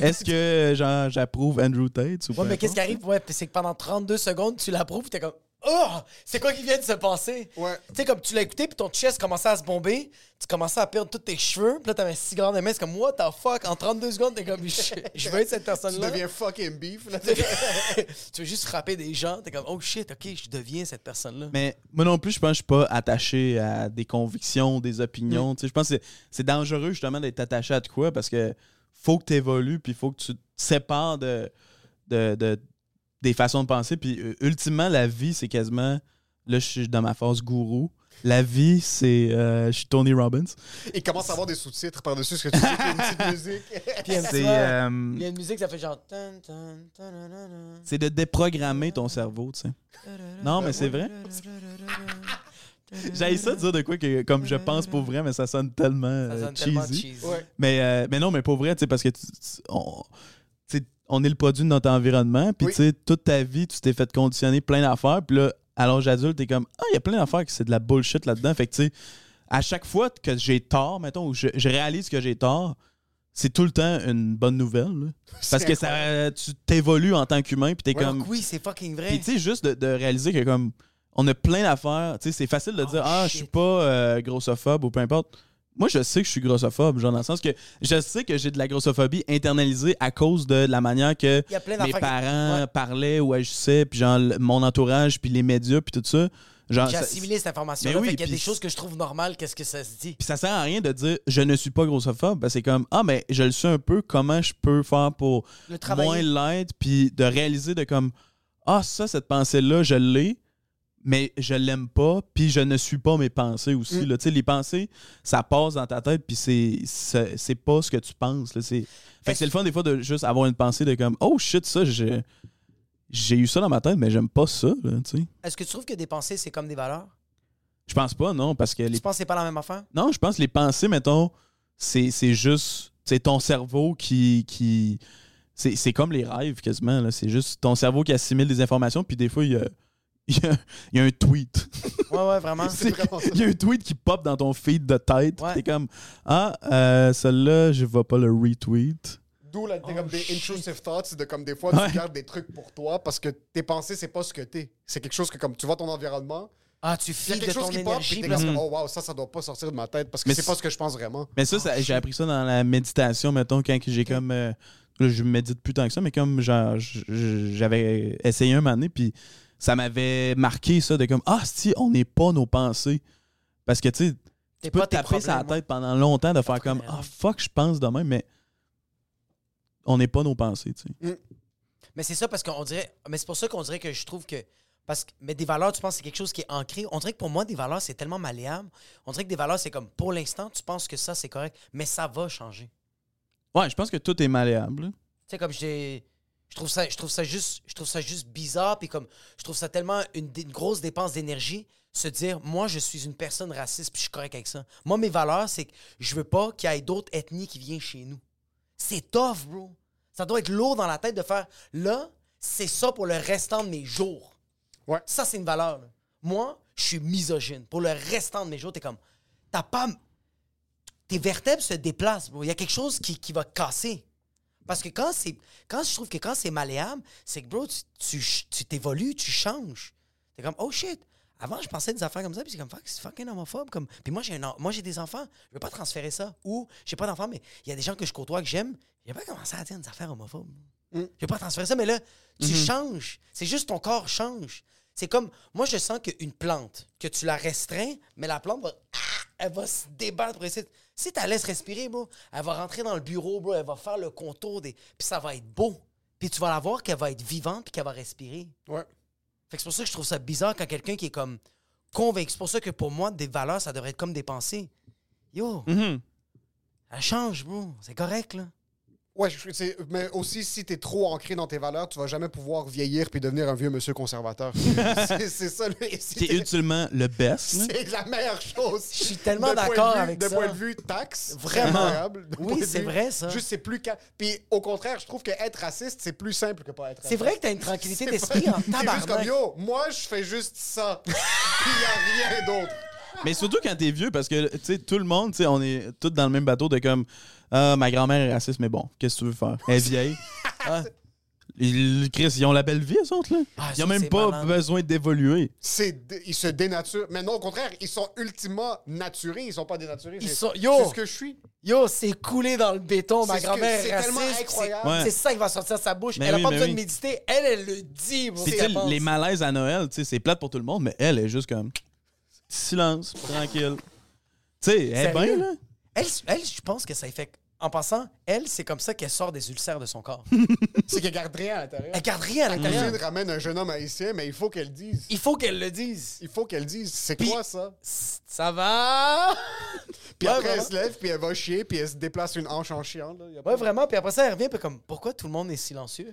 [SPEAKER 4] Est-ce que genre j'approuve Andrew Tate ou
[SPEAKER 2] Ouais,
[SPEAKER 4] peu
[SPEAKER 2] mais qu'est-ce qui arrive?
[SPEAKER 4] importe?
[SPEAKER 2] Ouais, c'est que pendant 32 secondes, tu l'approuves, t'es comme. Oh! C'est quoi qui vient de se passer?
[SPEAKER 3] Ouais.
[SPEAKER 2] Tu sais, comme tu l'as écouté, puis ton chest commençait à se bomber, tu commençais à perdre tous tes cheveux, puis là, t'avais 6 grandes mains, c'est comme, what the fuck? En 32 secondes, t'es comme, je, je veux être cette
[SPEAKER 3] tu
[SPEAKER 2] personne-là.
[SPEAKER 3] deviens fucking beef. là.
[SPEAKER 2] tu veux juste frapper des gens, t'es comme, oh shit, ok, je deviens cette personne-là.
[SPEAKER 4] Mais moi non plus, je pense que je suis pas attaché à des convictions, des
[SPEAKER 2] Mm.
[SPEAKER 4] opinions. tu sais. Je pense que c'est- c'est dangereux justement d'être attaché à de quoi parce que faut que tu évolues puis faut que tu te sépares de, de- de- des façons de penser. Puis euh, ultimement, la vie, c'est quasiment. Là, je suis dans ma phase gourou. La vie, c'est. euh, je suis Tony Robbins.
[SPEAKER 3] Il commence à avoir des sous-titres par-dessus ce que tu dis, puis une petite musique.
[SPEAKER 2] Puis, aime-toi.
[SPEAKER 4] C'est
[SPEAKER 2] Il
[SPEAKER 4] euh,
[SPEAKER 2] y a une musique, ça fait genre. tan, tan, tananana,
[SPEAKER 4] c'est de déprogrammer ton cerveau, tu sais. Non, mais c'est vrai. J'ai ça de dire de quoi que comme je pense pour vrai, mais ça sonne tellement,
[SPEAKER 2] Ça
[SPEAKER 4] euh,
[SPEAKER 2] sonne tellement
[SPEAKER 4] cheesy.
[SPEAKER 2] cheesy.
[SPEAKER 4] Mais, euh, mais non, mais pour vrai, tu sais, parce que tu- tu- on, tu sais, on est le produit de notre environnement. Puis,
[SPEAKER 3] Oui.
[SPEAKER 4] tu sais, toute ta vie, tu t'es fait conditionner plein d'affaires. Puis là, à l'âge adulte, t'es comme, ah, il y a plein d'affaires que c'est de la bullshit là-dedans. Fait que, tu sais, à chaque fois que j'ai tort, mettons, ou je, je réalise que j'ai tort, c'est tout le temps une bonne nouvelle. là. Parce que ça, tu t'évolues en tant qu'humain. Puis, t'es
[SPEAKER 2] Alors
[SPEAKER 4] comme.
[SPEAKER 2] que oui, c'est fucking vrai.
[SPEAKER 4] Puis tu sais, juste de, de réaliser que comme on a plein d'affaires, tu sais, c'est facile de dire Ah, je suis
[SPEAKER 2] Oh, shit.
[SPEAKER 4] pas euh, grossophobe ou peu importe. Moi, je sais que je suis grossophobe, genre dans le sens que je sais que j'ai de la grossophobie internalisée à cause de la manière que
[SPEAKER 2] Il y a plein
[SPEAKER 4] mes
[SPEAKER 2] d'affaires qui-
[SPEAKER 4] parents
[SPEAKER 2] Ouais.
[SPEAKER 4] parlaient ou agissaient, puis genre le- mon entourage, puis les médias, puis tout ça. Genre,
[SPEAKER 2] J'ai
[SPEAKER 4] ça-
[SPEAKER 2] assimilé cette information-là.
[SPEAKER 4] Mais oui,
[SPEAKER 2] fait qu'il y a
[SPEAKER 4] puis-
[SPEAKER 2] des choses que je trouve normales, qu'est-ce que ça se dit?
[SPEAKER 4] puis ça sert à rien de dire je ne suis pas grossophobe. parce que c'est comme ah mais je le suis un peu. Comment je peux faire pour
[SPEAKER 2] Le
[SPEAKER 4] moins
[SPEAKER 2] travailler.
[SPEAKER 4] l'être puis de réaliser de comme ah ça cette pensée là je l'ai mais je l'aime pas puis je ne suis pas mes pensées
[SPEAKER 2] Mm.
[SPEAKER 4] aussi là. Tu sais, les pensées ça passe dans ta tête puis c'est c'est c'est pas ce que tu penses là. C'est fait que c'est le fun des fois de juste avoir une pensée de comme oh shit ça j'ai j'ai eu ça dans ma tête mais j'aime pas ça là, tu sais.
[SPEAKER 2] Est-ce que tu trouves que des pensées, c'est comme des valeurs?
[SPEAKER 4] Je pense pas non parce que les
[SPEAKER 2] Tu penses que c'est pas la même affaire?
[SPEAKER 4] non, je pense que les pensées, mettons, c'est c'est juste c'est ton cerveau qui. qui c'est c'est comme les rêves quasiment. là. C'est juste ton cerveau qui assimile des informations, puis des fois, il y a, il y a- il y a un tweet.
[SPEAKER 2] Ouais, ouais, vraiment.
[SPEAKER 4] C'est- Il y a un tweet qui pop dans ton feed de tête.
[SPEAKER 2] Ouais.
[SPEAKER 4] T'es comme Ah, euh, celle-là, je vais pas le retweet.
[SPEAKER 3] D'où là, t'es comme des intrusive thoughts, de comme des fois
[SPEAKER 4] Oh, Ouais.
[SPEAKER 3] tu gardes des trucs pour toi parce que tes pensées c'est pas ce que t'es. C'est quelque chose que comme tu vois ton environnement,
[SPEAKER 2] Ah, tu
[SPEAKER 3] il y a
[SPEAKER 2] files de
[SPEAKER 3] quelque
[SPEAKER 2] ton
[SPEAKER 3] chose qui part, puis
[SPEAKER 2] énergie.
[SPEAKER 3] t'es
[SPEAKER 2] puis-
[SPEAKER 3] comme oh wow ça ça doit pas sortir de ma tête parce que
[SPEAKER 4] Mm. Mais
[SPEAKER 3] c'est
[SPEAKER 4] c'est-
[SPEAKER 3] pas ce que je pense vraiment.
[SPEAKER 4] Mais ça, ça- j'ai appris ça dans la méditation, mettons, quand que j'ai comme. euh, là, je médite plus tant que ça, mais comme genre, j- j- j'avais essayé un moment donné, puis ça m'avait marqué ça de comme Ah, si, on n'est pas nos pensées. Parce que tu sais,
[SPEAKER 2] T'es
[SPEAKER 4] tu peux
[SPEAKER 2] pas tes
[SPEAKER 4] te taper sa
[SPEAKER 2] problèmes, moi.
[SPEAKER 4] tête pendant longtemps de faire comme
[SPEAKER 2] problème.
[SPEAKER 4] Ah, fuck, je pense de même, mais on n'est pas nos pensées, tu sais.
[SPEAKER 2] Mais c'est ça parce qu'on dirait. Mais c'est pour ça qu'on dirait que je trouve que. Parce que, mais des valeurs, tu penses que c'est quelque chose qui est ancré. On dirait que pour moi, des valeurs, c'est tellement malléable. On dirait que des valeurs, c'est comme pour l'instant, tu penses que ça, c'est correct, mais ça va changer.
[SPEAKER 4] Ouais, je pense que tout est malléable. là.
[SPEAKER 2] Tu sais, comme j'ai. Je trouve, ça, je, trouve ça juste, je trouve ça juste bizarre, puis comme je trouve ça tellement une, dé- une grosse dépense d'énergie, se dire, moi, je suis une personne raciste, puis je suis correct avec ça. Moi, mes valeurs, c'est que je veux pas qu'il y ait d'autres ethnies qui viennent chez nous. C'est tough, bro. Ça doit être lourd dans la tête de faire, là, c'est ça pour le restant de mes jours.
[SPEAKER 3] Ouais.
[SPEAKER 2] Ça, c'est une valeur. là. Moi, je suis misogyne. Pour le restant de mes jours, t'es comme, t'as pas. Tes vertèbres se déplacent, bro. Il y a quelque chose qui, qui va casser. Parce que quand c'est. Quand je trouve que quand c'est malléable, c'est que, bro, tu- tu ch- tu t'évolues, tu, changes. T'es comme, oh shit. Avant, je pensais des affaires comme ça, puis c'est comme, fuck, c'est fucking homophobe. Comme... Puis moi, j'ai un en- moi j'ai des enfants, je veux pas transférer ça. Ou, j'ai pas d'enfants, mais il y a des gens que je côtoie, que j'aime, j'ai pas commencé à dire Mhm. des affaires homophobes. Je vais pas transférer ça, mais là, tu changes. C'est juste ton corps change. C'est comme, moi, je sens qu'une plante, que tu la restreins, mais la plante va, ah, elle va se débattre pour essayer. de- Si tu la laisses respirer, bro, elle va rentrer dans le bureau, bro, elle va faire le contour des. Puis ça va être beau. Puis tu vas la voir qu'elle va être vivante puis qu'elle va respirer.
[SPEAKER 3] Ouais.
[SPEAKER 2] Fait que c'est pour ça que je trouve ça bizarre quand quelqu'un qui est comme convaincu. C'est pour ça que pour moi, des valeurs, ça devrait être comme des pensées. Yo, elle change, bro. C'est correct, là.
[SPEAKER 3] Ouais, je- c'est- mais aussi, si t'es trop ancré dans tes valeurs, tu vas jamais pouvoir vieillir puis devenir un vieux monsieur conservateur. c'est c'est ça. le-
[SPEAKER 4] Qui est ultimement le best. là.
[SPEAKER 3] C'est la meilleure chose. Je
[SPEAKER 2] suis tellement d'accord avec
[SPEAKER 3] de
[SPEAKER 2] ça.
[SPEAKER 3] point de vue- De point de vue taxe.
[SPEAKER 2] Vraiment.
[SPEAKER 3] incroyable. De
[SPEAKER 2] Oui,
[SPEAKER 3] point de
[SPEAKER 2] c'est
[SPEAKER 3] vue-
[SPEAKER 2] vrai, ça.
[SPEAKER 3] Juste, c'est plus. ca- Puis au contraire, je trouve que être raciste, c'est plus simple que pas être
[SPEAKER 2] C'est
[SPEAKER 3] raciste.
[SPEAKER 2] vrai que t'as une tranquillité
[SPEAKER 3] C'est
[SPEAKER 2] d'esprit
[SPEAKER 3] pas-
[SPEAKER 2] en
[SPEAKER 3] T'es juste comme
[SPEAKER 2] tabarnak.
[SPEAKER 3] yo, moi je fais juste ça. Puis y a rien d'autre.
[SPEAKER 4] Mais surtout quand t'es vieux, parce que tu sais, tout le monde, tu sais, on est tous dans le même bateau de comme Ah, ma grand-mère est raciste, mais bon, qu'est-ce que tu veux faire? Elle est vieille. Ah. Ils- Chris, ils ont la belle vie, eux autres, là.
[SPEAKER 2] Ah,
[SPEAKER 4] ils
[SPEAKER 2] ça,
[SPEAKER 4] ont même
[SPEAKER 2] c'est
[SPEAKER 4] pas
[SPEAKER 2] malade.
[SPEAKER 4] besoin d'évoluer.
[SPEAKER 3] C'est dé- ils se dénaturent. Mais non, au contraire, ils sont ultimement naturés, ils sont pas dénaturés.
[SPEAKER 2] Ils
[SPEAKER 3] C'est-
[SPEAKER 2] sont- yo!
[SPEAKER 3] C'est ce que je suis.
[SPEAKER 2] Yo, c'est coulé dans le béton, ma
[SPEAKER 3] C'est ce que-
[SPEAKER 2] grand-mère
[SPEAKER 3] c'est
[SPEAKER 2] est raciste.
[SPEAKER 3] tellement incroyable.
[SPEAKER 2] C'est
[SPEAKER 4] Ouais.
[SPEAKER 2] c'est ça qui va sortir de sa bouche.
[SPEAKER 4] Mais
[SPEAKER 2] elle
[SPEAKER 4] oui,
[SPEAKER 2] a pas
[SPEAKER 4] mais
[SPEAKER 2] besoin de
[SPEAKER 4] oui.
[SPEAKER 2] méditer. Elle, elle le dit, bro.
[SPEAKER 4] Puis, tu
[SPEAKER 2] Elle
[SPEAKER 4] sais,
[SPEAKER 2] pense.
[SPEAKER 4] les malaises à Noël, tu sais, c'est plate pour tout le monde, mais elle est juste comme silence, tranquille. Tu sais, elle est
[SPEAKER 2] Sérieux?
[SPEAKER 4] bien, là.
[SPEAKER 2] Elle, elle, je pense que ça y fait. En passant, elle, c'est comme ça qu'elle sort des ulcères de son corps.
[SPEAKER 3] C'est qu'elle garde rien à l'intérieur.
[SPEAKER 2] elle garde rien à l'intérieur.
[SPEAKER 4] Mm.
[SPEAKER 3] Cousine ramène un jeune homme haïtien, mais il faut qu'elle dise.
[SPEAKER 2] Il faut qu'elle le dise.
[SPEAKER 3] Il faut qu'elle dise, c'est
[SPEAKER 2] Puis-
[SPEAKER 3] quoi ça?
[SPEAKER 2] Ça va?
[SPEAKER 3] Puis
[SPEAKER 2] Ouais,
[SPEAKER 3] après, elle
[SPEAKER 2] vraiment.
[SPEAKER 3] se lève, puis elle va chier, puis elle se déplace une hanche en chiant. Là. Y a pas-
[SPEAKER 2] Ouais, vraiment. Puis après ça, elle revient, puis comme, pourquoi tout le monde est silencieux?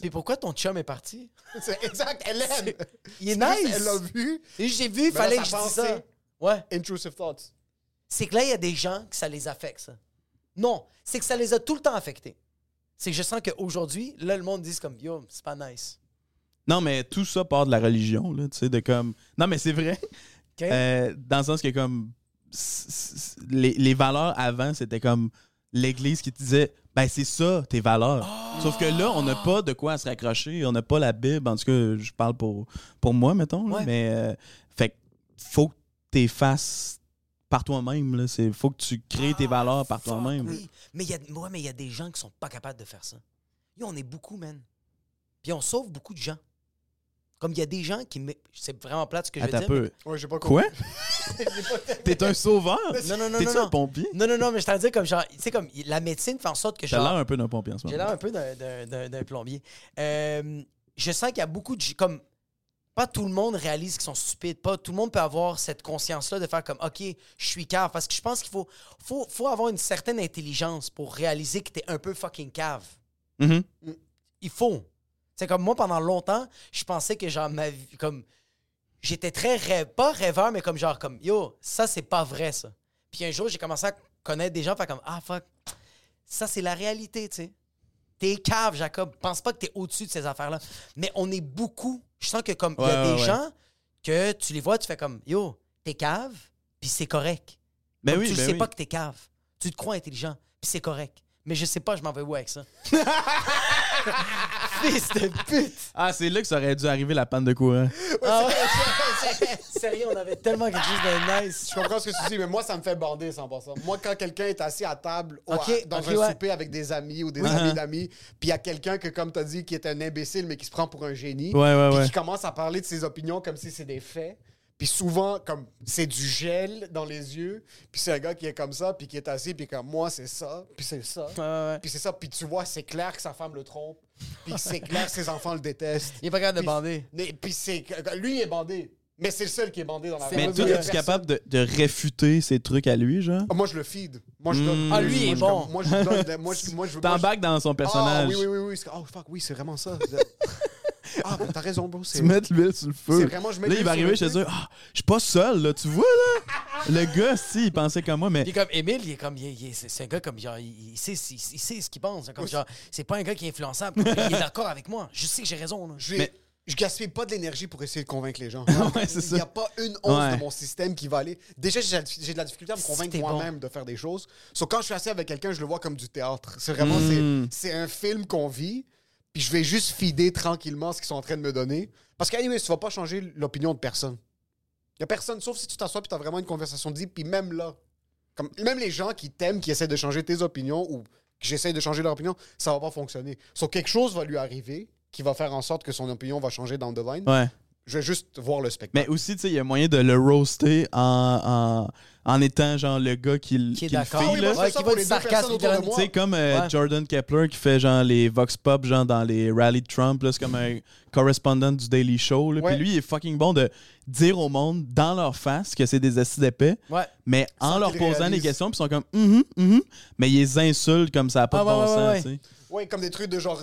[SPEAKER 2] Puis pourquoi ton chum est parti?
[SPEAKER 3] C'est exact, elle aime.
[SPEAKER 2] Il est
[SPEAKER 3] C'est juste,
[SPEAKER 2] nice.
[SPEAKER 3] Elle l'a vu.
[SPEAKER 2] Et j'ai vu, il
[SPEAKER 4] Ben
[SPEAKER 3] là,
[SPEAKER 2] fallait
[SPEAKER 3] sa
[SPEAKER 2] que je dise
[SPEAKER 3] pensée-
[SPEAKER 2] ça. Ouais.
[SPEAKER 3] Intrusive thoughts.
[SPEAKER 2] C'est que là, il y a des gens que ça les affecte, ça. Non, c'est que ça les a tout le temps affectés. C'est que je sens qu'aujourd'hui, là, le monde dit comme, yo, c'est pas nice.
[SPEAKER 4] Non, mais tout ça part de la religion, là, tu sais, de comme... Non, mais c'est vrai.
[SPEAKER 2] OK?
[SPEAKER 4] Euh, dans le sens que, comme... c- c- Les, les valeurs avant, c'était comme l'Église qui te disait, ben, c'est ça, tes valeurs. Sauf que là, on n'a
[SPEAKER 2] Ah!
[SPEAKER 4] pas de quoi à se raccrocher, on n'a pas la Bible, en tout cas, je parle pour, pour moi, mettons, là,
[SPEAKER 2] Ouais.
[SPEAKER 4] mais... euh, fait que faut que t'es fasses par toi-même, là. c'est- Faut que tu crées tes valeurs par toi-même.
[SPEAKER 2] Ah, Oui, mais il y a, ouais, mais il y a des gens qui sont pas capables de faire ça. Yo, on est beaucoup, man. Puis on sauve beaucoup de gens. Comme il y a des gens qui... mé- C'est vraiment plate ce que je veux
[SPEAKER 4] Attends un
[SPEAKER 2] dire.
[SPEAKER 4] peu.
[SPEAKER 3] Ouais, j'ai pas
[SPEAKER 4] Quoi?
[SPEAKER 3] compris.
[SPEAKER 4] T'es un sauveur?
[SPEAKER 2] Non, non, non,
[SPEAKER 4] T'es-tu
[SPEAKER 2] non,
[SPEAKER 4] un
[SPEAKER 2] non.
[SPEAKER 4] pompier?
[SPEAKER 2] Non, non, non, mais je t'en dis comme genre, tu sais, comme y- la médecine fait en sorte que
[SPEAKER 4] T'as l'air
[SPEAKER 2] genre.
[SPEAKER 4] un peu d'un pompier en ce
[SPEAKER 2] J'ai
[SPEAKER 4] moment.
[SPEAKER 2] l'air un peu d'un- d'un d'un- d'un plombier. Euh, je sens qu'il y a beaucoup de. g- Comme, pas tout le monde réalise qu'ils sont stupides. Pas tout le monde peut avoir cette conscience-là de faire comme, OK, je suis cave. Parce que je pense qu'il faut, faut, faut avoir une certaine intelligence pour réaliser que t'es un peu fucking cave
[SPEAKER 4] Mhm.
[SPEAKER 2] il faut. C'est comme moi pendant longtemps, je pensais que genre ma vie comme j'étais très rêve, pas rêveur mais comme genre comme yo, ça c'est pas vrai ça. Puis un jour, j'ai commencé à connaître des gens faire comme ah fuck. Ça c'est la réalité, tu sais. T'es cave Jacob, pense pas que t'es au-dessus de ces affaires-là. Mais on est beaucoup, je sens que comme il y a
[SPEAKER 4] Ouais,
[SPEAKER 2] des
[SPEAKER 4] ouais, ouais.
[SPEAKER 2] gens que tu les vois, tu fais comme yo, t'es cave, puis c'est correct.
[SPEAKER 4] Ben
[SPEAKER 2] Comme
[SPEAKER 4] oui,
[SPEAKER 2] tu
[SPEAKER 4] ben
[SPEAKER 2] sais
[SPEAKER 4] oui.
[SPEAKER 2] pas que t'es cave. Tu te crois intelligent, puis c'est correct. Mais je sais pas, je m'en vais où avec ça. Fils de pute!
[SPEAKER 4] Ah, c'est là que ça aurait dû arriver la panne de courant.
[SPEAKER 2] Ah ouais? Sérieux, on avait tellement quelque chose de nice.
[SPEAKER 3] Je comprends ce que tu dis, mais moi, ça me fait bander, 100%. Moi, quand quelqu'un est assis à table ou à-
[SPEAKER 2] Ok,
[SPEAKER 3] dans
[SPEAKER 2] ok,
[SPEAKER 3] un
[SPEAKER 2] ouais.
[SPEAKER 3] souper avec des amis ou des
[SPEAKER 4] Oui.
[SPEAKER 3] amis
[SPEAKER 4] Uh-huh.
[SPEAKER 3] d'amis, puis il y a quelqu'un que, comme tu as dit, qui est un imbécile, mais qui se prend pour un génie,
[SPEAKER 4] Ouais, ouais,
[SPEAKER 3] puis
[SPEAKER 4] ouais.
[SPEAKER 3] qui commence à parler de ses opinions comme si c'est des faits, puis souvent, comme c'est du gel dans les yeux, puis c'est un gars qui est comme ça, puis qui est assis, puis comme moi, c'est ça, puis c'est ça,
[SPEAKER 2] ouais.
[SPEAKER 3] puis c'est ça, puis tu vois, c'est clair que sa femme le trompe, puis c'est clair que ses enfants le détestent.
[SPEAKER 2] Il est pas capable de
[SPEAKER 3] Puis-
[SPEAKER 2] bander.
[SPEAKER 3] Mais- Puis c'est. Lui, il est bandé. Mais c'est le seul qui est bandé dans la
[SPEAKER 2] C'est
[SPEAKER 4] Mais
[SPEAKER 2] Ouais,
[SPEAKER 4] toi,
[SPEAKER 2] ouais.
[SPEAKER 4] es-tu capable de, de réfuter ces trucs à lui, genre?
[SPEAKER 3] Ah, moi, je le feed. Moi, je
[SPEAKER 4] Mmh.
[SPEAKER 3] donne.
[SPEAKER 2] Ah, lui, il est
[SPEAKER 3] moi, je-
[SPEAKER 2] bon.
[SPEAKER 3] Moi, je donne. de- Moi, je, moi, je veux. moi, je-
[SPEAKER 4] T'embarques dans son personnage.
[SPEAKER 3] Ah, oui, oui, oui. oui. c'est- Oh, fuck, oui, c'est vraiment ça. ah, mais t'as raison, bro. C'est
[SPEAKER 4] Tu mets de l'huile sur le feu.
[SPEAKER 3] C'est vraiment, je mets de
[SPEAKER 4] là,
[SPEAKER 3] l'huile
[SPEAKER 4] il
[SPEAKER 3] sur
[SPEAKER 4] va arriver
[SPEAKER 3] le
[SPEAKER 4] chez
[SPEAKER 3] feu.
[SPEAKER 4] eux. Ah, je suis pas seul, là. Tu vois, là? le gars, si, il pensait comme moi,
[SPEAKER 2] Puis
[SPEAKER 4] mais.
[SPEAKER 2] comme Émile, il est comme, il est- il est- c'est c'est un gars comme genre, il, il sait, il, il sait ce qu'il pense. Comme genre, c'est pas un gars qui est influençable. il est d'accord avec moi. Je sais que j'ai raison. là.
[SPEAKER 3] J'ai-
[SPEAKER 4] Mais-
[SPEAKER 3] Je gaspille pas de l'énergie pour essayer de convaincre les gens.
[SPEAKER 4] Ouais, c'est
[SPEAKER 3] il n'y a
[SPEAKER 4] ça.
[SPEAKER 3] pas une once
[SPEAKER 4] Ouais.
[SPEAKER 3] de mon système qui va aller. Déjà, j'ai j'ai de la difficulté à me
[SPEAKER 2] Si
[SPEAKER 3] convaincre
[SPEAKER 2] t'es bon.
[SPEAKER 3] moi-même de faire des choses. Sauf quand je suis assis avec quelqu'un, je le vois comme du théâtre. C'est vraiment,
[SPEAKER 4] Mmh.
[SPEAKER 3] c'est c'est un film qu'on vit. Puis je vais juste fider tranquillement ce qu'ils sont en train de me donner. Parce que, anyway, tu vas pas changer l'opinion de personne. Il n'y a personne, sauf si tu t'assois et tu as vraiment une conversation deep. Puis même là, comme, même les gens qui t'aiment, qui essaient de changer tes opinions ou qui j'essaie de changer leur opinion, ça va pas fonctionner. Sauf quelque chose va lui arriver qui va faire en sorte que son opinion va changer down the line.
[SPEAKER 4] Ouais.
[SPEAKER 3] Je vais juste voir le spectacle.
[SPEAKER 4] Mais aussi, tu sais, il y a moyen de le roaster en, en, en étant genre le gars qui, l-
[SPEAKER 2] Qui est
[SPEAKER 4] qui le
[SPEAKER 2] d'accord.
[SPEAKER 4] fait.
[SPEAKER 2] Ah oui,
[SPEAKER 4] là.
[SPEAKER 2] moi, Ouais, qui va du sarcasme littéralement.
[SPEAKER 4] Tu sais, comme euh,
[SPEAKER 2] Ouais.
[SPEAKER 4] Jordan Kepler qui fait genre les Vox Pop, genre dans les rallyes de Trump, là, c'est comme un correspondant du Daily Show. là.
[SPEAKER 3] Ouais.
[SPEAKER 4] Puis lui, il est fucking bon de dire au monde dans leur face que c'est des assis d'épais,
[SPEAKER 2] Ouais.
[SPEAKER 4] mais en
[SPEAKER 3] Sans
[SPEAKER 4] leur
[SPEAKER 3] qu'ils
[SPEAKER 4] posant des
[SPEAKER 3] réalisent.
[SPEAKER 4] questions, puis ils sont comme Mhm, mhm mais ils les insultent comme ça n'a pas
[SPEAKER 2] Ah,
[SPEAKER 4] de
[SPEAKER 2] ouais,
[SPEAKER 4] bon
[SPEAKER 2] ouais,
[SPEAKER 4] sens.
[SPEAKER 2] ouais,
[SPEAKER 4] tu sais.
[SPEAKER 3] Oui, comme des trucs de genre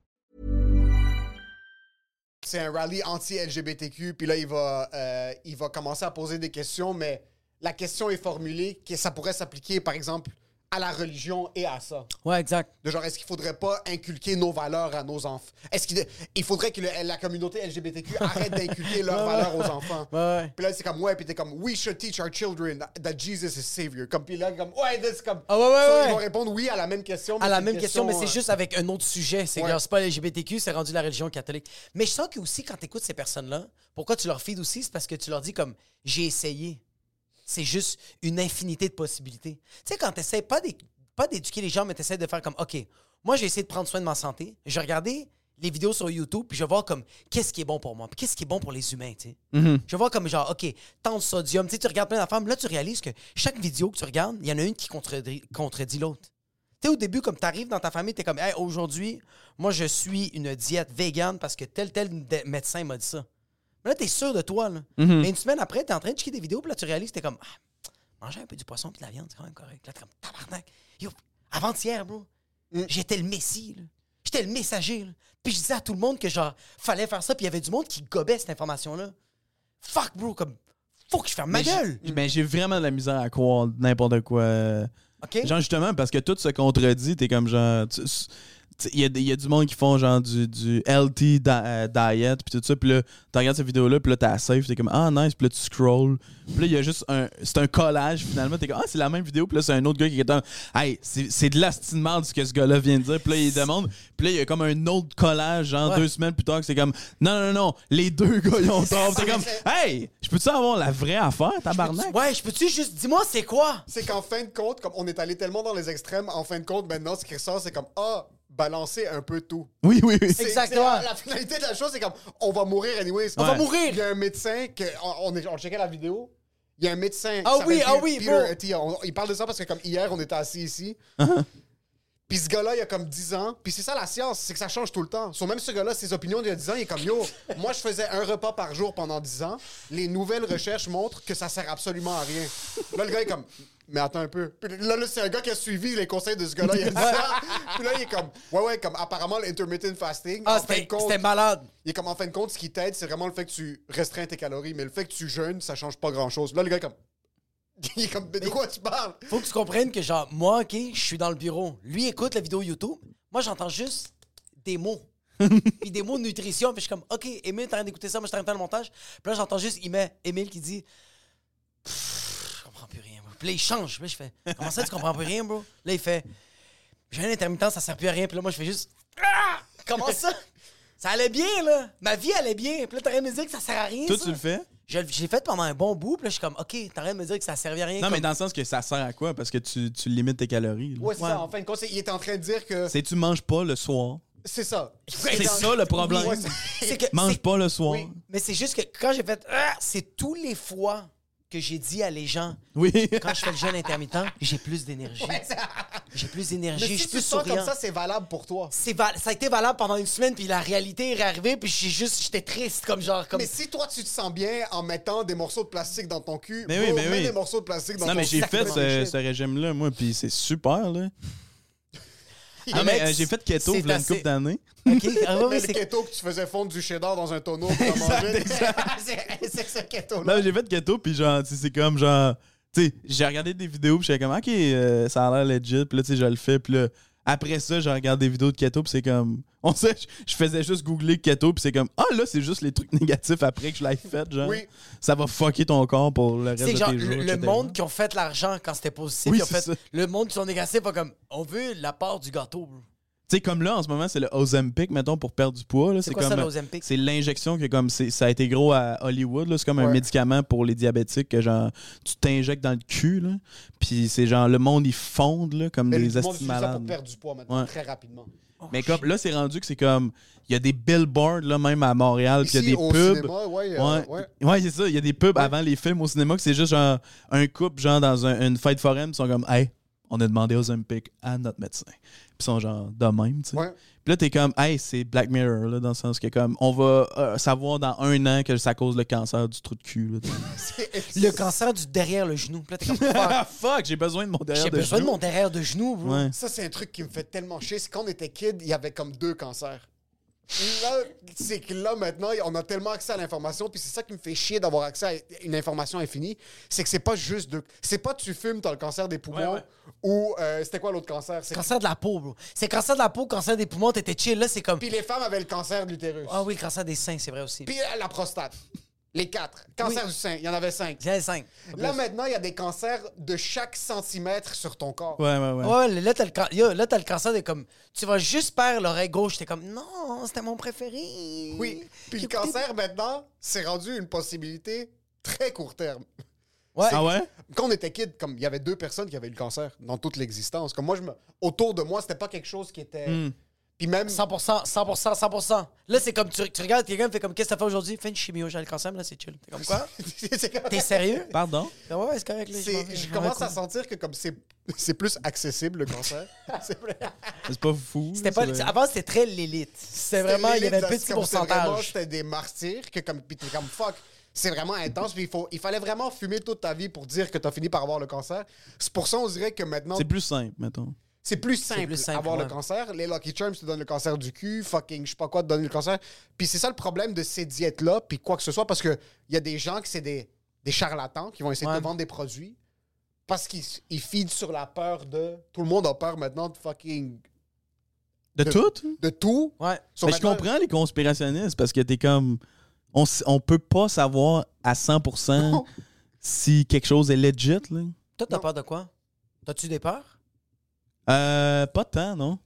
[SPEAKER 3] c'est un rallye anti-LGBTQ, puis là, il va, euh, il va commencer à poser des questions, mais la question est formulée que ça pourrait s'appliquer, par exemple, à la religion et à ça.
[SPEAKER 2] Ouais, exact.
[SPEAKER 3] De genre, est-ce qu'il faudrait pas inculquer nos valeurs à nos enfants? Est-ce qu'il il faudrait que le- la communauté LGBTQ arrête d'inculquer leurs valeurs aux enfants?
[SPEAKER 2] ouais.
[SPEAKER 3] Puis là, c'est comme, ouais, puis t'es comme, we should teach our children that Jesus is savior. Comme, puis là, comme, ouais, c'est comme.
[SPEAKER 2] Ah ouais, ouais,
[SPEAKER 3] Ça,
[SPEAKER 2] ouais.
[SPEAKER 3] Ils vont répondre oui à la même question. mais
[SPEAKER 2] à Ah, la
[SPEAKER 3] c'est une
[SPEAKER 2] même question, mais
[SPEAKER 3] euh,
[SPEAKER 2] c'est juste avec un autre sujet. C'est
[SPEAKER 3] Ouais.
[SPEAKER 2] genre, c'est pas LGBTQ, c'est rendu la religion catholique. Mais je sens que aussi, quand tu écoutes ces personnes-là, pourquoi tu leur feeds aussi, c'est parce que tu leur dis comme j'ai essayé. C'est juste une infinité de possibilités. Tu sais, quand tu essaies pas d'é- pas d'éduquer les gens, mais tu essaies de faire comme OK, moi j'ai essayé de prendre soin de ma santé. Je regardais les vidéos sur YouTube, puis je vais voir comme qu'est-ce qui est bon pour moi, puis qu'est-ce qui est bon pour les humains, tu sais.
[SPEAKER 3] Mm-hmm.
[SPEAKER 2] Je vois comme genre, OK, tant de sodium, tu sais, tu regardes plein d'affaires, mais là, tu réalises que chaque vidéo que tu regardes, il y en a une qui contredit, contredit l'autre. Tu sais, au début, comme tu arrives dans ta famille, tu es comme, hey, aujourd'hui, moi, je suis une diète végane parce que tel, tel dé- médecin m'a dit ça. Mais là, tu es sûr de toi. Là. Mais une semaine après, tu es en train de checker des vidéos, puis là, tu réalises, tu es comme, ah, manger un peu du poisson puis de la viande, c'est quand même correct. Là, tu comme, tabarnak. Yo, avant-hier, bro, j'étais le messie. là. J'étais le messager. là. Puis je disais à tout le monde que, genre, fallait faire ça, puis il y avait du monde qui gobait cette information-là. Fuck, bro, comme, faut que je ferme ma
[SPEAKER 4] Mais j'ai-
[SPEAKER 2] gueule.
[SPEAKER 4] Mais j'ai vraiment de la misère à croire n'importe quoi. euh,
[SPEAKER 2] OK?
[SPEAKER 4] Genre, justement, parce que tout se contredit, t'es comme genre. tu- tu- Il y a, des- il y a du monde qui font genre du, du LT da- euh, diet, puis tout ça, puis là, tu regardes cette vidéo-là, puis là, t'as save, t'es comme ah nice, puis là, tu scrolls. Puis là, il y a juste un. C'est un collage finalement, t'es comme ah, c'est la même vidéo, puis là, c'est un autre gars qui est comme hey, c'est c'est de l'asti de merde ce que ce gars-là vient de dire, puis là, il demande, puis là, il y a comme un autre collage, genre
[SPEAKER 2] Ouais.
[SPEAKER 4] deux semaines plus tard, que c'est comme non, non, non, non, les deux gars, ils ont tort, Puis t'es comme hey, je peux-tu avoir la vraie affaire, tabarnak?
[SPEAKER 2] Ouais, je peux-tu juste, dis-moi, c'est quoi?
[SPEAKER 3] C'est qu'en fin de compte, comme on est allé tellement dans les extrêmes, en fin de compte, maintenant, ce qui ressort, c'est comme, ah, balancer un peu tout.
[SPEAKER 4] Oui, oui, oui.
[SPEAKER 3] C'est-
[SPEAKER 2] Exactement.
[SPEAKER 3] c'est- La, la finalité de la chose, c'est comme, on va mourir anyways.
[SPEAKER 4] On va
[SPEAKER 2] mourir.
[SPEAKER 3] Il y a un médecin, que, on, on est- on checkait la vidéo, il y a un médecin.
[SPEAKER 2] Ah
[SPEAKER 3] qui
[SPEAKER 2] oui,
[SPEAKER 3] s'appelle
[SPEAKER 2] ah oui,
[SPEAKER 3] Peter
[SPEAKER 2] bon.
[SPEAKER 3] Attia. On- il parle de ça parce que comme hier, on était assis ici. Puis ce gars-là, il a comme 10 ans. Puis c'est ça la science, c'est que ça change tout le temps. Sur même ce gars-là, ses opinions d'il y a 10 ans, il est comme yo. Moi, je faisais un repas par jour pendant 10 ans. Les nouvelles recherches montrent que ça sert absolument à rien. Là, le gars est comme. Mais attends un peu. Puis là, là, c'est un gars qui a suivi les conseils de ce gars-là il y a 10 ans. Puis là, il est comme. Ouais, ouais, comme apparemment, l'intermittent fasting. en
[SPEAKER 2] Ah,
[SPEAKER 3] fin de
[SPEAKER 2] c'était
[SPEAKER 3] compte,
[SPEAKER 2] c'était malade.
[SPEAKER 3] il est comme en fin de compte, ce qui t'aide, c'est vraiment le fait que tu restreins tes calories, mais le fait que tu jeûnes, ça change pas grand chose. Là, le gars est comme. Il est comme, mais de quoi tu parles?
[SPEAKER 2] Faut que tu comprennes que, genre, moi, OK, je suis dans le bureau. Lui écoute la vidéo YouTube. Moi, j'entends juste des mots. puis des mots de nutrition. Puis je suis comme, OK, Emile, t'es en train d'écouter ça. Moi, je suis en train de faire le montage. Puis là, j'entends juste, il met Emile qui dit, Pff, je comprends plus rien, bro. Puis là, il change. Puis là, je fais, comment ça, tu comprends plus rien, bro? Là, il fait, j'ai un intermittent, ça sert plus à rien. Puis là, moi, je fais juste, Ah! comment ça? Ça allait bien, là. Ma vie allait bien. Puis là, t'es en train de me dire que ça sert à rien.
[SPEAKER 4] Toi,
[SPEAKER 2] ça?
[SPEAKER 4] tu le fais?
[SPEAKER 2] Je l'ai- J'ai fait pendant un bon bout. Puis là, je suis comme, OK, t'es en train de me dire que ça servait à rien.
[SPEAKER 4] Non,
[SPEAKER 2] comme-
[SPEAKER 4] mais dans le sens que ça sert à quoi? Parce que tu, tu limites tes calories. là.
[SPEAKER 3] Ouais, c'est ça. En fin de compte, c'est- il est en train de dire que.
[SPEAKER 4] C'est tu manges pas le soir.
[SPEAKER 3] C'est ça.
[SPEAKER 4] C'est ça le problème.
[SPEAKER 3] Ouais, c'est-
[SPEAKER 2] C'est que-
[SPEAKER 4] Mange
[SPEAKER 2] c'est-
[SPEAKER 4] pas le soir.
[SPEAKER 2] Mais c'est juste que quand j'ai fait Ah c'est tous les fois que j'ai dit à les gens
[SPEAKER 4] Oui.
[SPEAKER 2] quand je fais le jeûne intermittent, j'ai plus d'énergie. J'ai plus
[SPEAKER 3] Mais
[SPEAKER 2] d'énergie,
[SPEAKER 3] si
[SPEAKER 2] je suis
[SPEAKER 3] tu
[SPEAKER 2] plus
[SPEAKER 3] te sens
[SPEAKER 2] souriant.
[SPEAKER 3] comme ça, c'est valable pour toi.
[SPEAKER 2] C'est val- ça a été valable pendant une semaine, puis la réalité est arrivée, puis j'ai juste, j'étais triste, comme genre, comme
[SPEAKER 3] Mais si toi, tu te sens bien en mettant des morceaux de plastique dans ton cul,
[SPEAKER 4] Mais oui,
[SPEAKER 3] bro,
[SPEAKER 4] mais
[SPEAKER 3] mets
[SPEAKER 4] oui.
[SPEAKER 3] des morceaux de plastique dans
[SPEAKER 4] Non,
[SPEAKER 3] ton
[SPEAKER 4] mais
[SPEAKER 3] cul.
[SPEAKER 4] j'ai fait ce,
[SPEAKER 3] Sacrément.
[SPEAKER 4] ce régime-là, moi, puis c'est super, là. Non,
[SPEAKER 2] Alex,
[SPEAKER 4] mais euh, j'ai fait keto
[SPEAKER 2] c'est
[SPEAKER 4] il y a une
[SPEAKER 2] assez-
[SPEAKER 4] couple d'années.
[SPEAKER 2] Ok, ah ouais, ouais,
[SPEAKER 3] Mais le
[SPEAKER 2] c'est-
[SPEAKER 3] keto que tu faisais fondre du cheddar dans un tonneau pour en manger. C'est- C'est ce keto-là.
[SPEAKER 4] Non, j'ai fait keto, puis genre, tu sais, c'est comme genre. Tu sais, j'ai regardé des vidéos, puis j'étais comme, ok, euh, ça a l'air legit, puis là, tu sais, je le fais, puis là. Après ça, je regarde des vidéos de keto, puis c'est comme. On sait, je- je faisais juste googler keto, puis c'est comme, ah, là, c'est juste les trucs négatifs après que je l'ai fait, genre.
[SPEAKER 3] Oui.
[SPEAKER 4] Ça va fucker ton corps pour le reste
[SPEAKER 2] c'est
[SPEAKER 4] de
[SPEAKER 2] genre
[SPEAKER 4] tes jours.
[SPEAKER 2] le, le
[SPEAKER 4] etc.
[SPEAKER 2] monde qui ont fait l'argent quand c'était positif,
[SPEAKER 4] Oui,
[SPEAKER 2] qui ont
[SPEAKER 4] c'est
[SPEAKER 2] fait
[SPEAKER 4] ça.
[SPEAKER 2] le monde qui sont négatifs, pas comme on veut la part du gâteau. bro.
[SPEAKER 4] Tu sais, comme là, en ce moment, c'est le Ozempic, mettons, pour perdre du poids. là. C'est
[SPEAKER 2] quoi
[SPEAKER 4] comme,
[SPEAKER 2] ça, le Ozempic?
[SPEAKER 4] C'est l'injection que, comme, c'est- ça a été gros à Hollywood. là. C'est comme un médicament pour les diabétiques que, genre, tu t'injectes dans le cul, là. Puis c'est genre, le monde, ils fondent, là, comme
[SPEAKER 3] Mais
[SPEAKER 4] des
[SPEAKER 3] le monde
[SPEAKER 4] estis
[SPEAKER 3] utilise ça pour
[SPEAKER 4] malades.
[SPEAKER 3] perdre du poids maintenant,
[SPEAKER 4] Ouais.
[SPEAKER 3] très rapidement.
[SPEAKER 4] Mais comme, là, c'est rendu que c'est comme, il y a des billboards, là, même à Montréal, puis il y
[SPEAKER 3] Ici,
[SPEAKER 4] a des
[SPEAKER 3] au
[SPEAKER 4] pubs.
[SPEAKER 3] cinéma, ouais, euh, ouais.
[SPEAKER 4] Ouais, c'est ça. Il y a des pubs avant les films au cinéma que c'est juste, genre, un couple, genre, dans un- une fête foraine, ils sont comme, hey, on a demandé Ozempic à notre médecin. Puis ils sont, genre, de même, tu sais.
[SPEAKER 3] Ouais.
[SPEAKER 4] Puis là, t'es comme, hey, c'est Black Mirror, là, dans le sens que, comme, on va euh, savoir dans un an que ça cause le cancer du trou de cul. là.
[SPEAKER 2] Le cancer du derrière le genou. Puis là, t'es comme, fuck,
[SPEAKER 4] ah, fuck, j'ai besoin de mon derrière
[SPEAKER 2] j'ai
[SPEAKER 4] de
[SPEAKER 2] besoin de
[SPEAKER 4] genou.
[SPEAKER 2] mon derrière de genou. bro.
[SPEAKER 4] Ouais.
[SPEAKER 3] Ça, c'est un truc qui me fait tellement chier. C'est quand on était kid, il y avait comme deux cancers. Là, c'est que là, maintenant, on a tellement accès à l'information, puis c'est ça qui me fait chier d'avoir accès à une information infinie. C'est que c'est pas juste de. C'est pas tu fumes, t'as le cancer des poumons, ou euh, c'était quoi l'autre cancer? C'est-
[SPEAKER 2] Cancer de la peau, bro. C'est cancer de la peau, cancer des poumons, t'étais chill. Là, c'est comme.
[SPEAKER 3] Puis les femmes avaient le cancer de l'utérus.
[SPEAKER 2] Ah oui, cancer des seins, c'est vrai aussi.
[SPEAKER 3] Puis euh, la prostate. Les quatre. Cancer du sein, il y en avait cinq.
[SPEAKER 2] J'ai les seins.
[SPEAKER 3] Là, maintenant, il y a des cancers de chaque centimètre sur ton corps.
[SPEAKER 4] Ouais, ouais, ouais.
[SPEAKER 2] Ouais, là, t'as le, can- yo, là, t'as le cancer de comme. Tu vas juste perdre l'oreille gauche. T'es comme, non, c'était mon préféré.
[SPEAKER 3] Oui. Puis le
[SPEAKER 2] Écoutez-
[SPEAKER 3] cancer, maintenant, c'est rendu une possibilité très court terme.
[SPEAKER 2] Ouais.
[SPEAKER 4] Ah ouais?
[SPEAKER 3] Quand on était kid, comme il y avait deux personnes qui avaient eu le cancer dans toute l'existence. Comme moi, je me... autour de moi, c'était pas quelque chose qui était.
[SPEAKER 2] Hmm.
[SPEAKER 3] Puis même.
[SPEAKER 2] 100%, 100%, 100%. Là, c'est comme, tu, tu regardes quelqu'un, fait comme, qu'est-ce que t'as fait aujourd'hui? Fais une chimio, j'ai le cancer, mais là, c'est chill. T'es comme quoi?
[SPEAKER 3] C'est comme-
[SPEAKER 2] T'es sérieux?
[SPEAKER 4] Pardon?
[SPEAKER 2] Ben ouais, ouais, c'est correct. Là,
[SPEAKER 3] Bah. c'est- Je commence à sentir que comme c'est c'est plus accessible le cancer. C'est vrai.
[SPEAKER 4] C'est pas fou.
[SPEAKER 2] C'était
[SPEAKER 4] là,
[SPEAKER 2] pas,
[SPEAKER 4] c'est vrai.
[SPEAKER 2] avant, c'était très l'élite. C'était vraiment, il y avait un
[SPEAKER 3] C'était
[SPEAKER 2] petit
[SPEAKER 3] comme c'est vraiment-
[SPEAKER 2] pourcentage.
[SPEAKER 3] C'était des martyrs que comme puis t'es comme fuck. C'est vraiment intense, puis il, faut, il fallait vraiment fumer toute ta vie pour dire que t'as fini par avoir le cancer. C'est pour ça, on dirait que maintenant,
[SPEAKER 4] C'est plus simple, mettons.
[SPEAKER 3] C'est plus simple,
[SPEAKER 2] plus simple,
[SPEAKER 3] avoir
[SPEAKER 2] ouais.
[SPEAKER 3] le cancer. Les Lucky Charms te donnent le cancer du cul, fucking, je sais pas quoi, te donnent le cancer. Puis c'est ça le problème de ces diètes-là, puis quoi que ce soit, parce qu'il y a des gens qui c'est des, des charlatans qui vont essayer de te vendre des produits parce qu'ils ils feedent sur la peur de. Tout le monde a peur maintenant de fucking.
[SPEAKER 4] De tout?
[SPEAKER 3] de tout.
[SPEAKER 2] Ouais.
[SPEAKER 3] So,
[SPEAKER 4] Mais je
[SPEAKER 3] maintenant-
[SPEAKER 4] comprends les conspirationnistes parce que t'es comme. On, s- on peut pas savoir à 100% si quelque chose est legit, là.
[SPEAKER 2] Toi, t'as peur de quoi? T'as-tu des peurs?
[SPEAKER 4] Euh, pas tant, non?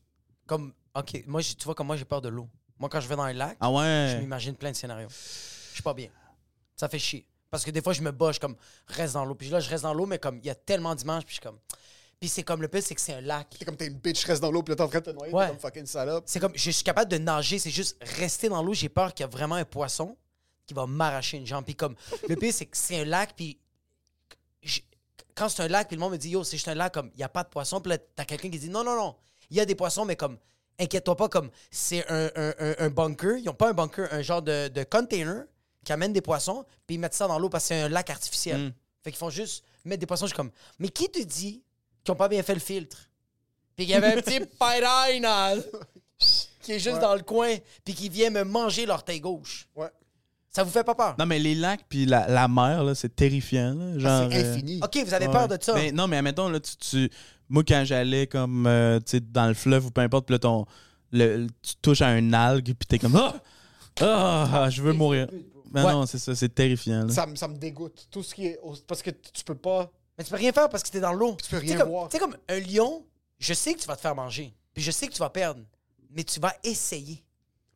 [SPEAKER 2] Comme, OK, moi, j'ai- tu vois, comme moi, j'ai peur de l'eau. Moi, quand je vais dans un lac,
[SPEAKER 4] Ah
[SPEAKER 2] je
[SPEAKER 4] ouais?
[SPEAKER 2] m'imagine plein de scénarios. Je suis pas bien. Ça fait chier. Parce que des fois, je me bats, je suis comme, reste dans l'eau. Puis là, je reste dans l'eau, mais comme, il y a tellement d'images, puis je suis comme... Puis c'est comme, le pire, c'est que c'est un lac.
[SPEAKER 3] C'est comme t'es une bitch, reste dans l'eau, puis là t'es en train de te noyer, t'es
[SPEAKER 2] Ouais.
[SPEAKER 3] comme fucking salope.
[SPEAKER 2] C'est comme, je suis capable de nager, c'est juste rester dans l'eau. J'ai peur qu'il y a vraiment un poisson qui va m'arracher une jambe. Puis comme, le pire, c'est que c'est un lac, puis je- quand c'est un lac, puis le monde me dit, yo, c'est juste un lac, comme, il n'y a pas de poisson. Puis là, t'as quelqu'un qui dit, non, non, non, il y a des poissons, mais comme, inquiète-toi pas, comme, c'est un, un- un- un bunker. Ils n'ont pas un bunker, un genre de, de container qui amène des poissons, puis ils mettent ça dans l'eau parce que c'est un lac artificiel. Fait qu'ils font juste mettre des poissons. Je suis comme, mais qui te dit qu'ils n'ont pas bien fait le filtre? Puis qu'il y avait un petit paille qui est juste dans le coin, puis qui vient me manger l'orteil gauche.
[SPEAKER 3] Ouais.
[SPEAKER 2] Ça vous fait pas peur?
[SPEAKER 4] Non, mais les lacs puis la, la mer, là, c'est terrifiant. là. Genre,
[SPEAKER 3] C'est
[SPEAKER 4] euh,
[SPEAKER 3] infini.
[SPEAKER 2] OK, vous avez peur
[SPEAKER 4] Ouais.
[SPEAKER 2] de Ah, ça.
[SPEAKER 4] Mais non, mais admettons, là, tu, tu- moi, quand j'allais comme euh, tu sais, dans le fleuve ou peu importe, puis là, ton, le, le- tu touches à un algue, puis t'es comme Ah! Ah! je veux mourir. Mais
[SPEAKER 2] Ouais.
[SPEAKER 4] non, c'est ça, c'est terrifiant. là.
[SPEAKER 3] Ça, me- ça me dégoûte. Tout ce qui est. Parce que tu peux pas.
[SPEAKER 2] Mais tu peux rien faire parce que t'es dans l'eau.
[SPEAKER 3] Tu peux rien
[SPEAKER 2] T'sais comme,
[SPEAKER 3] voir.
[SPEAKER 2] t'sais comme un lion, je sais que tu vas te faire manger, puis je sais que tu vas perdre, mais tu vas essayer.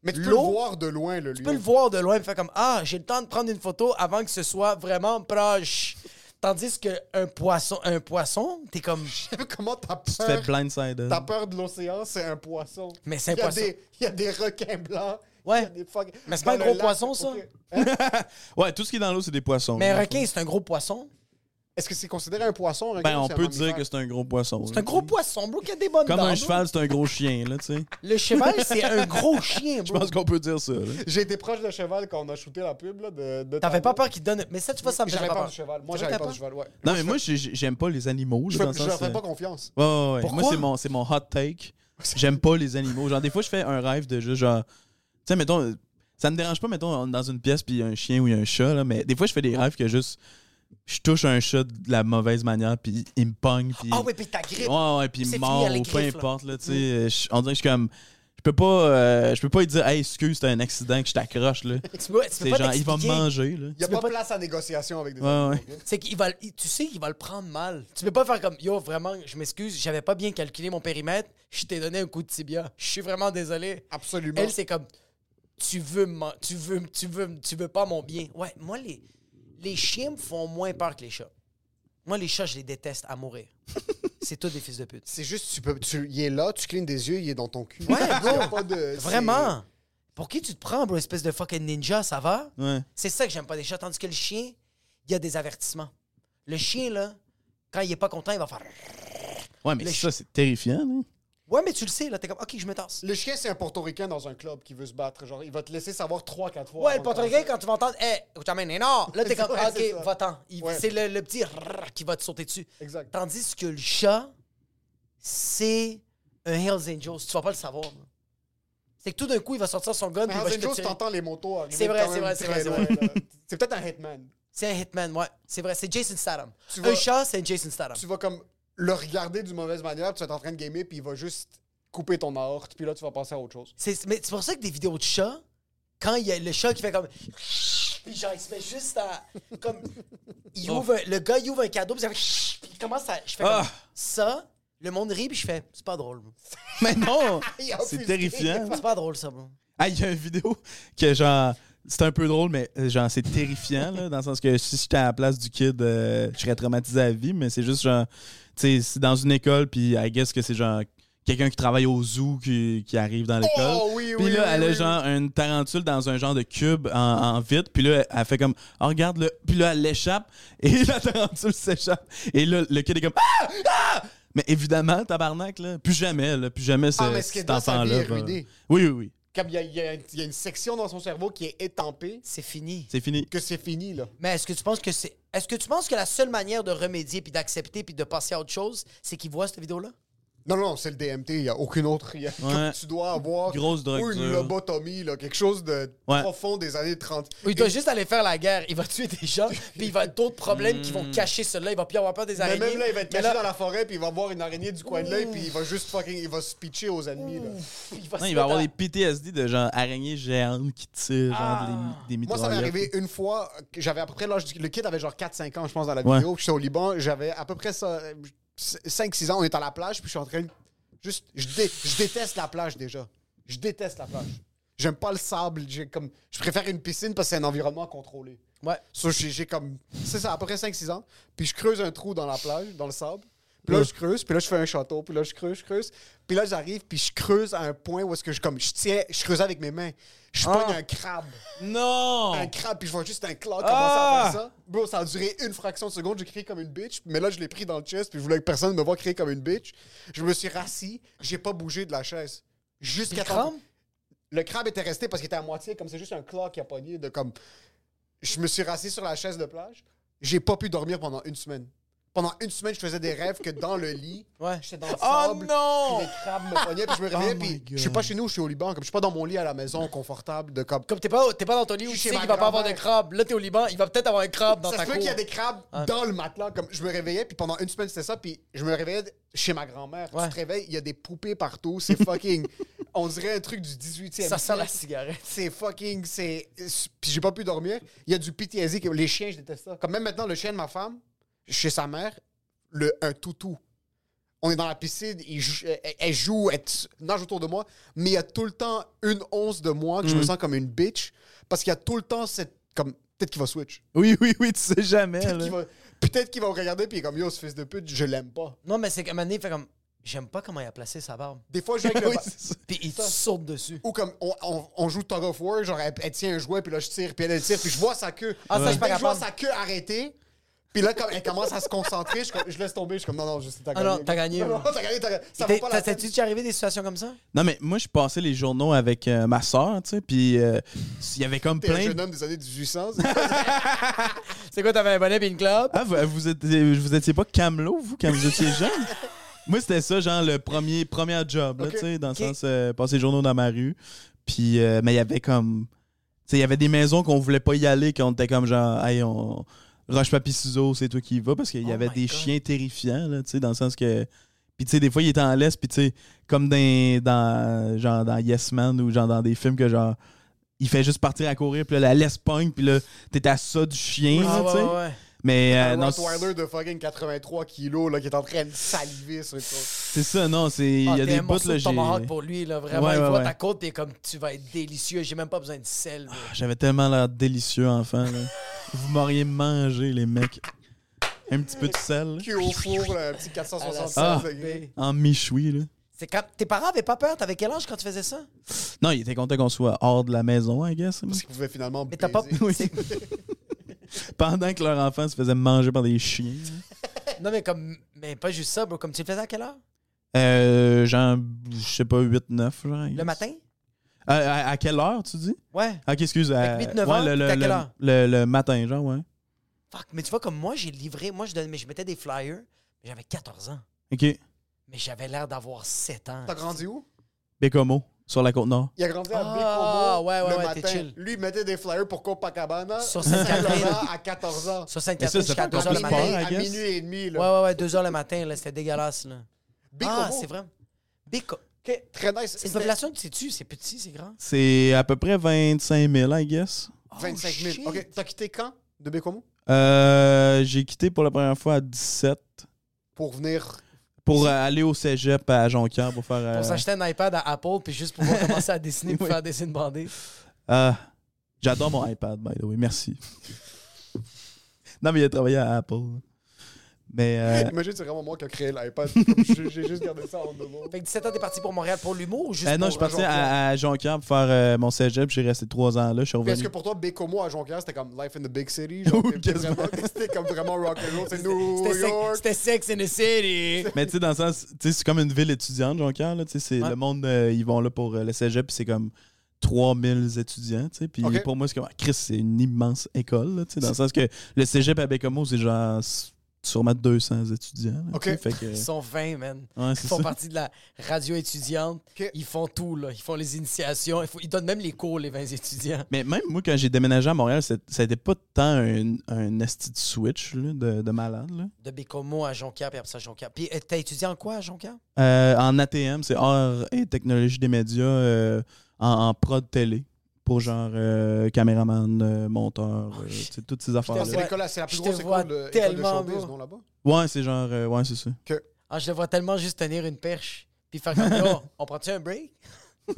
[SPEAKER 3] Mais tu peux le
[SPEAKER 2] L'eau-
[SPEAKER 3] voir de loin, le
[SPEAKER 2] Tu
[SPEAKER 3] lion.
[SPEAKER 2] peux le voir de loin et faire comme Ah, j'ai le temps de prendre une photo avant que ce soit vraiment proche. Tandis qu'un poisson, un poisson, t'es comme
[SPEAKER 3] Comment t'as peur?
[SPEAKER 4] Tu te fais blindsided.
[SPEAKER 3] T'as peur de l'océan, c'est un poisson.
[SPEAKER 2] Mais c'est un
[SPEAKER 3] Il y a
[SPEAKER 2] poisson.
[SPEAKER 3] des- Il y a des requins blancs.
[SPEAKER 2] Ouais.
[SPEAKER 3] il y a des fuck-
[SPEAKER 2] Mais c'est pas
[SPEAKER 3] Dans
[SPEAKER 2] un gros
[SPEAKER 3] le
[SPEAKER 2] poisson, ça?
[SPEAKER 3] ok. Hein?
[SPEAKER 4] ouais, tout ce qui est dans l'eau, c'est des poissons.
[SPEAKER 2] Mais un
[SPEAKER 4] là.
[SPEAKER 2] requin, c'est un gros poisson.
[SPEAKER 3] Est-ce que c'est considéré un poisson? un
[SPEAKER 4] Ben,
[SPEAKER 3] gros,
[SPEAKER 4] on
[SPEAKER 3] c'est un
[SPEAKER 4] peut dire
[SPEAKER 3] mammifère?
[SPEAKER 4] que c'est un gros poisson.
[SPEAKER 2] C'est un gros poisson, bro, qui a des bonnes
[SPEAKER 4] Comme
[SPEAKER 2] dents,
[SPEAKER 4] un
[SPEAKER 2] bro.
[SPEAKER 4] cheval, c'est un gros chien, là, tu sais.
[SPEAKER 2] Le cheval, c'est un gros chien,
[SPEAKER 4] Je
[SPEAKER 2] bro.
[SPEAKER 4] pense qu'on peut dire ça. là.
[SPEAKER 3] J'ai été proche de cheval quand on a shooté la pub. Là, de, de
[SPEAKER 2] T'avais pas
[SPEAKER 3] Tango.
[SPEAKER 2] peur qu'il te donne. Mais ça, tu vois, ça me fait
[SPEAKER 3] J'avais
[SPEAKER 2] pas
[SPEAKER 3] peur
[SPEAKER 2] peur.
[SPEAKER 3] du cheval. Moi,
[SPEAKER 2] T'avais
[SPEAKER 3] j'avais
[SPEAKER 2] pas
[SPEAKER 3] peur
[SPEAKER 2] peur?
[SPEAKER 3] du cheval, ouais.
[SPEAKER 4] Non, mais moi, j'ai- j'ai- j'aime pas les animaux.
[SPEAKER 3] Je
[SPEAKER 4] là, dans le
[SPEAKER 3] fais- je
[SPEAKER 4] sens,
[SPEAKER 3] leur fais pas
[SPEAKER 4] euh,
[SPEAKER 3] confiance.
[SPEAKER 4] Ouais, ouais, ouais.
[SPEAKER 2] Pourquoi?
[SPEAKER 4] Moi, c'est mon, c'est mon hot take. J'aime pas les animaux. Genre, des fois, je fais un rêve de juste, genre. Tu sais, mettons, euh, ça me dérange pas, mettons, on est dans une pièce, puis il y a un chien ou il y a un chat, là, mais des fois, je fais des rêves que juste. Je touche un chat de la mauvaise manière, puis il me pogne, puis.
[SPEAKER 2] Ah ouais, puis ta grippe.
[SPEAKER 4] Ouais, ouais, puis
[SPEAKER 2] C'est fini,
[SPEAKER 4] mort,
[SPEAKER 2] elle est
[SPEAKER 4] ou peu
[SPEAKER 2] griffe, là. Mm.
[SPEAKER 4] importe, là, tu sais. euh, je- On dirait que je suis comme. Je peux pas. euh, je peux pas lui dire, hey, excuse, c'était un accident que je t'accroche, là.
[SPEAKER 2] Tu peux, tu peux
[SPEAKER 4] C'est
[SPEAKER 2] pas
[SPEAKER 4] genre, il va me
[SPEAKER 2] t'expliquer.
[SPEAKER 4] manger, là.
[SPEAKER 3] Il n'y a pas de place à négociation avec des
[SPEAKER 4] Ouais, ouais.
[SPEAKER 2] C'est qu'il va, il- tu sais qu'il va le prendre mal. Tu peux pas faire comme yo vraiment, je m'excuse, j'avais pas bien calculé mon périmètre, je t'ai donné un coup de tibia. Je suis vraiment désolé.
[SPEAKER 3] Absolument.
[SPEAKER 2] Elle c'est comme tu veux me man- tu veux tu veux tu veux pas mon bien. Ouais, moi les les chiens me font moins peur que les chats. Moi les chats, je les déteste à mourir. c'est tous des fils de pute.
[SPEAKER 3] C'est juste, tu peux, tu, il est là, tu clignes des yeux, il est dans ton cul.
[SPEAKER 2] Ouais,
[SPEAKER 3] Il y a
[SPEAKER 2] bro.
[SPEAKER 3] pas de-
[SPEAKER 2] Vraiment. Pour qui tu te prends, bro, espèce de fucking ninja, ça va?
[SPEAKER 4] Ouais.
[SPEAKER 2] C'est ça que j'aime pas des chats. Tandis que le chien, il y a des avertissements. Le chien, là, quand il est pas content, il va faire.
[SPEAKER 4] Ouais, mais
[SPEAKER 2] Les
[SPEAKER 4] ça, c'est terrifiant, hein. là.
[SPEAKER 2] Ouais, mais tu le sais, là, t'es comme, ok, je me tasse.
[SPEAKER 3] c'est- Le chien, c'est un portoricain dans un club qui veut se battre. Genre, il va te laisser savoir 3-4 fois.
[SPEAKER 2] Ouais, le
[SPEAKER 3] avant de
[SPEAKER 2] portugais,
[SPEAKER 3] commencer.
[SPEAKER 2] quand tu vas entendre, hé, hey, t'amènes, non! Là, t'es comme,
[SPEAKER 3] Ouais, c'est
[SPEAKER 2] ok,
[SPEAKER 3] ça.
[SPEAKER 2] va-t'en. Il-
[SPEAKER 3] Ouais.
[SPEAKER 2] C'est le, le petit rrrr qui va te sauter dessus.
[SPEAKER 3] Exact.
[SPEAKER 2] Tandis que le chat, c'est un Hells Angels. Tu vas pas le savoir. là. C'est que tout d'un coup, il va sortir son gun.
[SPEAKER 3] Mais
[SPEAKER 2] puis il va
[SPEAKER 3] Hells
[SPEAKER 2] juste te
[SPEAKER 3] Angels,
[SPEAKER 2] tirer.
[SPEAKER 3] t'entends les motos arriver.
[SPEAKER 2] C'est vrai,
[SPEAKER 3] quand
[SPEAKER 2] c'est
[SPEAKER 3] même
[SPEAKER 2] vrai, c'est
[SPEAKER 3] très
[SPEAKER 2] vrai, c'est
[SPEAKER 3] loin,
[SPEAKER 2] vrai.
[SPEAKER 3] là. C'est peut-être un hitman.
[SPEAKER 2] C'est un Hitman, ouais. C'est vrai, c'est Jason Statham.
[SPEAKER 3] Tu
[SPEAKER 2] un
[SPEAKER 3] vas-
[SPEAKER 2] chat, c'est un Jason Statham.
[SPEAKER 3] Tu vas comme le regarder d'une mauvaise manière, tu vas être en train de gamer, puis il va juste couper ton aorte, puis là, tu vas passer à autre chose.
[SPEAKER 2] C'est mais c'est pour ça que des vidéos de chats, quand il y a le chat qui fait comme. Puis genre, il se met juste à. Comme. Il
[SPEAKER 3] Oh.
[SPEAKER 2] ouvre un- le gars, il ouvre un cadeau, puis ça fait. Puis il commence à. Je fais comme.
[SPEAKER 4] Ah!
[SPEAKER 2] Ça, le monde rit, puis je fais. C'est pas drôle. bro.
[SPEAKER 4] Mais non!
[SPEAKER 3] Il a
[SPEAKER 4] c'est
[SPEAKER 3] offusqué.
[SPEAKER 4] terrifiant.
[SPEAKER 2] C'est pas drôle, ça, bro.
[SPEAKER 4] Ah, il y a une vidéo que genre. C'est un peu drôle, mais euh, genre, c'est terrifiant, là, dans le sens que si j'étais à la place du kid, euh, je serais traumatisé à vie, mais c'est juste genre. Tu sais, c'est dans une école, puis I guess que c'est genre. Quelqu'un qui travaille au zoo qui, qui arrive dans l'école.
[SPEAKER 3] Oh, oui,
[SPEAKER 4] puis
[SPEAKER 3] oui,
[SPEAKER 4] là,
[SPEAKER 3] oui,
[SPEAKER 4] elle a
[SPEAKER 3] oui,
[SPEAKER 4] genre une tarentule dans un genre de cube en, en vitre. Puis là, elle fait comme, oh, regarde le. Puis là, elle l'échappe. Et la tarentule s'échappe. Et là, le kid est comme, ah! Ah! Mais évidemment, tabarnak, là. Plus jamais, là. Plus jamais ce,
[SPEAKER 3] Ah, mais ce qui est
[SPEAKER 4] cet
[SPEAKER 3] dedans, sa vie
[SPEAKER 4] enfant-là.
[SPEAKER 3] est
[SPEAKER 4] va-
[SPEAKER 3] ruinée.
[SPEAKER 4] Oui, oui, oui.
[SPEAKER 3] Comme il y, a- il y a- il y a une section dans son cerveau qui est étampée,
[SPEAKER 2] C'est fini.
[SPEAKER 4] C'est fini.
[SPEAKER 3] que c'est fini, là.
[SPEAKER 2] Mais est-ce que tu penses que c'est. Est-ce que tu penses que la seule manière de remédier, puis d'accepter, puis de passer à autre chose, c'est qu'ils voient cette vidéo-là?
[SPEAKER 3] Non, non, c'est le DMT, il n'y a aucune autre. il y a-
[SPEAKER 4] Ouais.
[SPEAKER 3] Tu dois avoir
[SPEAKER 4] Grosse drogue
[SPEAKER 3] ou une
[SPEAKER 4] dure.
[SPEAKER 3] lobotomie, là, quelque chose de
[SPEAKER 4] Ouais.
[SPEAKER 3] profond des années 30.
[SPEAKER 2] Il doit juste aller faire la guerre. Il va tuer des gens, puis il va avoir d'autres problèmes qui vont cacher cela. Il va plus avoir peur des
[SPEAKER 3] Hmm. Mais
[SPEAKER 2] araignées.
[SPEAKER 3] même là, il va être
[SPEAKER 2] Mais
[SPEAKER 3] caché
[SPEAKER 2] là-
[SPEAKER 3] dans la forêt, puis il va voir une araignée du coin de l'œil, puis il va juste fucking. Il va se pitcher aux ennemis, là.
[SPEAKER 2] il va,
[SPEAKER 4] Non,
[SPEAKER 2] se
[SPEAKER 4] il
[SPEAKER 2] mettre
[SPEAKER 4] va avoir
[SPEAKER 2] à-
[SPEAKER 4] des PTSD de genre araignées géantes qui tirent genre des, des
[SPEAKER 3] Ah! Moi, ça m'est
[SPEAKER 4] mitraillettes.
[SPEAKER 3] arrivé une fois, que j'avais à peu près l'âge du... Le kid avait genre 4-5 ans, je pense, dans la
[SPEAKER 4] Ouais.
[SPEAKER 3] vidéo. Puis j'étais au Liban, j'avais à peu près ça... 5-6 ans, on est à la plage, puis je suis en train de... Juste, je, dé- je déteste la plage déjà. Je déteste la plage. J'aime pas le sable. J'ai comme... Je préfère une piscine parce que c'est un environnement contrôlé.
[SPEAKER 2] Ouais.
[SPEAKER 3] So, j'ai j'ai comme... C'est ça, à peu près 5-6 ans. Puis je creuse un trou dans la plage, dans le sable. Puis là, je creuse, puis là, je fais un château, puis là, je creuse, je creuse. Puis là, j'arrive, puis je creuse à un point où est-ce que je, comme, je tiens, je creuse avec mes mains. Je pogne un crabe
[SPEAKER 4] Non!
[SPEAKER 3] un crabe, puis je vois juste un clan
[SPEAKER 4] Oh. Ah!
[SPEAKER 3] commencer à faire ça. Bro, ça a duré une fraction de seconde, j'ai crié comme une bitch, mais là, je l'ai pris dans le chest, puis je voulais que personne me voit crier comme une bitch. Je me suis rassis, j'ai pas bougé de la chaise. Jusqu'à
[SPEAKER 2] Le crabe?
[SPEAKER 3] Le crabe était resté parce qu'il était à moitié, comme c'est juste un clan qui a pogné, de comme... Je me suis rassis sur la chaise de plage, j'ai pas pu dormir pendant une semaine. Pendant une semaine, je faisais des rêves que dans le lit,
[SPEAKER 2] Ouais.
[SPEAKER 3] j'étais dans le
[SPEAKER 2] Oh
[SPEAKER 3] sable,
[SPEAKER 2] non!
[SPEAKER 3] puis les crabes me pognaient, puis je me réveillais,
[SPEAKER 4] Oh my
[SPEAKER 3] puis
[SPEAKER 4] God.
[SPEAKER 3] je suis pas chez nous, je suis au Liban, comme je suis pas dans mon lit à la maison, confortable, de comme...
[SPEAKER 2] Comme t'es pas, t'es pas dans ton lit où
[SPEAKER 3] Je
[SPEAKER 2] tu
[SPEAKER 3] suis
[SPEAKER 2] sais
[SPEAKER 3] chez
[SPEAKER 2] qu'il
[SPEAKER 3] ma
[SPEAKER 2] va pas avoir de
[SPEAKER 3] grand-mère.
[SPEAKER 2] crabe. Là, t'es au Liban, il va peut-être avoir un crabe dans
[SPEAKER 3] ça
[SPEAKER 2] ta
[SPEAKER 3] se peut
[SPEAKER 2] cour. Ah.
[SPEAKER 3] qu'il y a des crabes dans le matelas. Comme je me réveillais, puis pendant une semaine, c'était ça. Puis je me réveillais chez ma grand-mère.
[SPEAKER 2] Ouais.
[SPEAKER 3] Tu te réveilles, il y a des poupées partout. C'est fucking. on dirait un truc du 18e
[SPEAKER 2] Ça sent la
[SPEAKER 3] siècle.
[SPEAKER 2] cigarette.
[SPEAKER 3] C'est fucking. c'est Puis j'ai pas pu dormir. Il y a du PTSD. que- Les chiens, je déteste ça. Comme même maintenant, le chien de ma femme, chez sa mère, le, un toutou. On est dans la piscine, il jou- elle, elle joue, elle t- nage autour de moi, mais il y a tout le temps une once de moi que
[SPEAKER 2] Mm.
[SPEAKER 3] je me sens comme une bitch parce qu'il y a tout le temps cette. comme Peut-être qu'il va switch.
[SPEAKER 4] Oui, oui, oui, tu sais jamais.
[SPEAKER 3] Peut-être
[SPEAKER 4] là.
[SPEAKER 3] qu'il va, peut-être qu'il va me regarder puis il est comme yo ce fils de pute, je l'aime pas.
[SPEAKER 2] Non, mais c'est qu'à un moment donné, il fait comme. J'aime pas comment il a placé sa barbe.
[SPEAKER 3] Des fois je joue avec le
[SPEAKER 4] Oui,
[SPEAKER 3] ba-
[SPEAKER 4] c'est ça.
[SPEAKER 2] Puis il te saute dessus.
[SPEAKER 3] ou comme on, on- on joue Tug of War, genre elle, elle tient un jouet puis là je tire puis elle, elle tire puis je vois sa queue.
[SPEAKER 2] Ah, ça, je suis pas
[SPEAKER 3] Dès que je vois
[SPEAKER 2] capable.
[SPEAKER 3] sa queue arrêter. Puis là, comme elle commence à se concentrer, je, je laisse tomber. Je suis comme, non, non, juste, t'as
[SPEAKER 2] Ah
[SPEAKER 3] gagné.
[SPEAKER 2] non, t'as gagné.
[SPEAKER 3] Non, non, t'as gagné, t'as gagné. Ça vaut
[SPEAKER 2] T'es-
[SPEAKER 3] pas la peine.
[SPEAKER 2] T'as-tu déjà arrivé des situations comme ça?
[SPEAKER 4] Non, mais moi, je passais les journaux avec euh, ma soeur, tu sais, puis euh, il y avait comme
[SPEAKER 3] T'es un
[SPEAKER 4] plein. de-
[SPEAKER 3] jeune homme des années 1800.
[SPEAKER 2] Euh, C'est quoi, t'avais un bonnet et une clope?
[SPEAKER 4] Ah, vous, vous étiez, vous étiez pas camelot, vous, quand vous étiez jeune? Moi, c'était ça, genre, le premier, premier job, là, tu sais, dans
[SPEAKER 2] Ok.
[SPEAKER 4] le sens, euh, passer les journaux dans ma rue. Puis, euh, mais il y avait comme. Tu sais, il y avait des maisons qu'on voulait pas y aller, qu'on était comme genre, hey, on. Roche, papier, ciseaux, c'est toi qui y vas, parce qu'il y
[SPEAKER 2] Oh
[SPEAKER 4] avait
[SPEAKER 2] my
[SPEAKER 4] des
[SPEAKER 2] God.
[SPEAKER 4] chiens terrifiants, là, tu sais, dans le sens que. Puis, tu sais, des fois, il était en laisse, puis, tu sais, comme dans, dans, genre, dans Yes Man ou genre dans des films que, genre, il fait juste partir à courir, puis là, la laisse pogne, puis là, t'es à ça du chien,
[SPEAKER 2] Ah,
[SPEAKER 4] là, tu sais. Mais euh,
[SPEAKER 3] Un
[SPEAKER 4] non,
[SPEAKER 3] Rottweiler de fucking 83 kilos là, qui est en train de saliver sur les choses.
[SPEAKER 4] c'est ça, non, c'est il
[SPEAKER 2] Ah,
[SPEAKER 4] y a
[SPEAKER 2] t'es
[SPEAKER 4] des
[SPEAKER 2] un
[SPEAKER 4] bouts
[SPEAKER 2] morceau
[SPEAKER 4] là,
[SPEAKER 2] de
[SPEAKER 4] j'ai
[SPEAKER 2] tomahawk pour lui, là. Vraiment,
[SPEAKER 4] Ouais,
[SPEAKER 2] il
[SPEAKER 4] ouais,
[SPEAKER 2] voit
[SPEAKER 4] ouais.
[SPEAKER 2] ta côte, t'es comme, tu vas être délicieux. J'ai même pas besoin de sel, là.
[SPEAKER 4] j'avais tellement l'air délicieux enfant là. Vous m'auriez mangé les mecs. Un petit peu de sel là.
[SPEAKER 3] Cul au four, là, un petit
[SPEAKER 4] Ah.
[SPEAKER 3] 465 degrés.
[SPEAKER 4] en michoui là.
[SPEAKER 2] C'est quand... Tes parents avaient pas peur? T'avais quel âge quand tu faisais ça?
[SPEAKER 4] Non, il était content qu'on soit hors de la maison, I guess. là.
[SPEAKER 3] Parce qu'il pouvait finalement
[SPEAKER 2] Mais t'as pas...
[SPEAKER 3] baiser.
[SPEAKER 2] c'est-
[SPEAKER 4] Pendant que leur enfant se faisait manger par des chiens.
[SPEAKER 2] Non, mais comme... Mais pas juste ça, bro. Comme tu le faisais à quelle heure?
[SPEAKER 4] là. Euh, genre je sais pas 8 9 genre. I
[SPEAKER 2] Le
[SPEAKER 4] guess.
[SPEAKER 2] matin?
[SPEAKER 4] Euh, à, à quelle heure tu dis
[SPEAKER 2] Ouais.
[SPEAKER 4] Ah, OK, excuse. à-
[SPEAKER 2] Fait que 8-9 heures,
[SPEAKER 4] le, le,
[SPEAKER 2] t'es à quelle
[SPEAKER 4] le-
[SPEAKER 2] heure?
[SPEAKER 4] le- le matin genre, ouais.
[SPEAKER 3] Ah.
[SPEAKER 2] Fuck, mais tu vois, comme moi, j'ai livré... Moi, je, donnais... mais je mettais des flyers, mais j'avais 14 ans.
[SPEAKER 4] OK.
[SPEAKER 2] Mais j'avais l'air d'avoir 7 ans.
[SPEAKER 3] T'as grandi où?
[SPEAKER 4] Bécomo sur la côte nord.
[SPEAKER 3] Il a grandi à
[SPEAKER 2] Ah,
[SPEAKER 3] Bécomo
[SPEAKER 2] ouais, ouais,
[SPEAKER 3] le
[SPEAKER 2] ouais, t'es
[SPEAKER 3] matin.
[SPEAKER 2] chill.
[SPEAKER 3] Lui, il mettait des flyers pour Copacabana.
[SPEAKER 2] Sur Sainte-Catherine.
[SPEAKER 3] Saint-Laurent à 14 ans.
[SPEAKER 2] Sur
[SPEAKER 4] Mais ça,
[SPEAKER 2] 5-4
[SPEAKER 4] ça
[SPEAKER 2] jusqu'à
[SPEAKER 4] fait
[SPEAKER 2] 2
[SPEAKER 3] À
[SPEAKER 2] heures le
[SPEAKER 4] complètement
[SPEAKER 2] matin.
[SPEAKER 3] minuit,
[SPEAKER 4] I
[SPEAKER 3] à
[SPEAKER 4] guess.
[SPEAKER 3] minuit et demi.
[SPEAKER 2] Ouais,
[SPEAKER 3] Là.
[SPEAKER 2] ouais, ouais, 2 heures le matin, là, c'était dégueulasse, là. Ah,
[SPEAKER 3] Bécomo.
[SPEAKER 2] c'est vrai. Bico.
[SPEAKER 3] Ok, Très nice.
[SPEAKER 2] C'est une
[SPEAKER 3] C'était
[SPEAKER 2] population de sais-tu, c'est petit, c'est grand.
[SPEAKER 4] C'est à peu près 25 000, I guess.
[SPEAKER 3] 25 000.
[SPEAKER 2] Oh, shit.
[SPEAKER 3] OK. T'as quitté quand de Bécomo?
[SPEAKER 4] Euh, j'ai quitté pour la première fois à 17
[SPEAKER 3] Pour venir...
[SPEAKER 4] pour euh, aller au cégep à Jonquière pour faire. euh,
[SPEAKER 2] Pour s'acheter un iPad à Apple, puis juste pouvoir commencer à dessiner pour
[SPEAKER 4] Oui.
[SPEAKER 2] faire des signes bandés.
[SPEAKER 4] ah, j'adore mon iPad, by the way. Merci. non, mais il a travaillé à Apple. Mais euh,
[SPEAKER 3] Imagine, c'est vraiment moi qui a créé l'iPad. Comme J'ai j'ai juste gardé ça en devant.
[SPEAKER 2] Fait que 17 ans, t'es parti pour Montréal pour l'humour ou juste
[SPEAKER 4] euh, non, je
[SPEAKER 2] pour...
[SPEAKER 4] suis parti à, à Jonquière pour faire euh, mon cégep. J'ai resté trois ans là. Je suis
[SPEAKER 3] Puis Est-ce que
[SPEAKER 4] revenu.
[SPEAKER 3] pour toi, Bécomo à Jonquière, c'était comme Life in the Big City? Genre, t'es- t'es
[SPEAKER 4] quasiment.
[SPEAKER 3] vraiment- C'était comme vraiment rock and roll. C'est New
[SPEAKER 2] C'était sex,
[SPEAKER 3] York.
[SPEAKER 2] c'était Sex in the City.
[SPEAKER 4] Mais tu sais, dans le sens, tu sais, c'est comme une ville étudiante, Jonquière. Là, tu sais, c'est
[SPEAKER 2] Ouais.
[SPEAKER 4] Le monde, euh, ils vont là pour euh, le cégep, puis c'est comme 3000 étudiants. tu sais, Puis
[SPEAKER 3] Ok.
[SPEAKER 4] pour moi, c'est comme, ah, Chris, c'est une immense école. là, tu sais, dans le sens que le cégep à Bécomo, c'est genre s- sûrement 200 étudiants. là,
[SPEAKER 3] Ok.
[SPEAKER 4] tu sais, fait que-
[SPEAKER 2] Ils sont 20, man.
[SPEAKER 4] Ouais,
[SPEAKER 2] Ils
[SPEAKER 4] c'est
[SPEAKER 2] font
[SPEAKER 4] ça.
[SPEAKER 2] partie de la radio étudiante.
[SPEAKER 3] Ok.
[SPEAKER 2] Ils font tout, là. Ils font les initiations. Ils, font- ils donnent même les cours, les 20 étudiants.
[SPEAKER 4] Mais même moi, quand j'ai déménagé à Montréal, c'est- ça n'était pas tant un, un esti de switch là, de, de malade. là.
[SPEAKER 2] De Bécomo à Jonquière, puis après ça, Jonquière. Puis euh, t'as étudié en quoi à Jonquière?
[SPEAKER 4] Euh, en ATM, c'est art et technologie des médias euh, en, en prod télé pour genre euh, caméraman, euh, monteur, euh, tu sais, toutes ces
[SPEAKER 3] Putain, C'est
[SPEAKER 4] affaires-là.
[SPEAKER 3] l'école, c'est la plus
[SPEAKER 2] Je te
[SPEAKER 3] grosse
[SPEAKER 2] vois
[SPEAKER 3] école de, école de
[SPEAKER 2] tellement,
[SPEAKER 3] showbiz,
[SPEAKER 2] bro.
[SPEAKER 3] non, là-bas?
[SPEAKER 4] Ouais, c'est genre, euh, ouais, c'est ça.
[SPEAKER 2] Ah, je le vois tellement juste tenir une perche, puis faire comme, Yo, on prend-tu un break?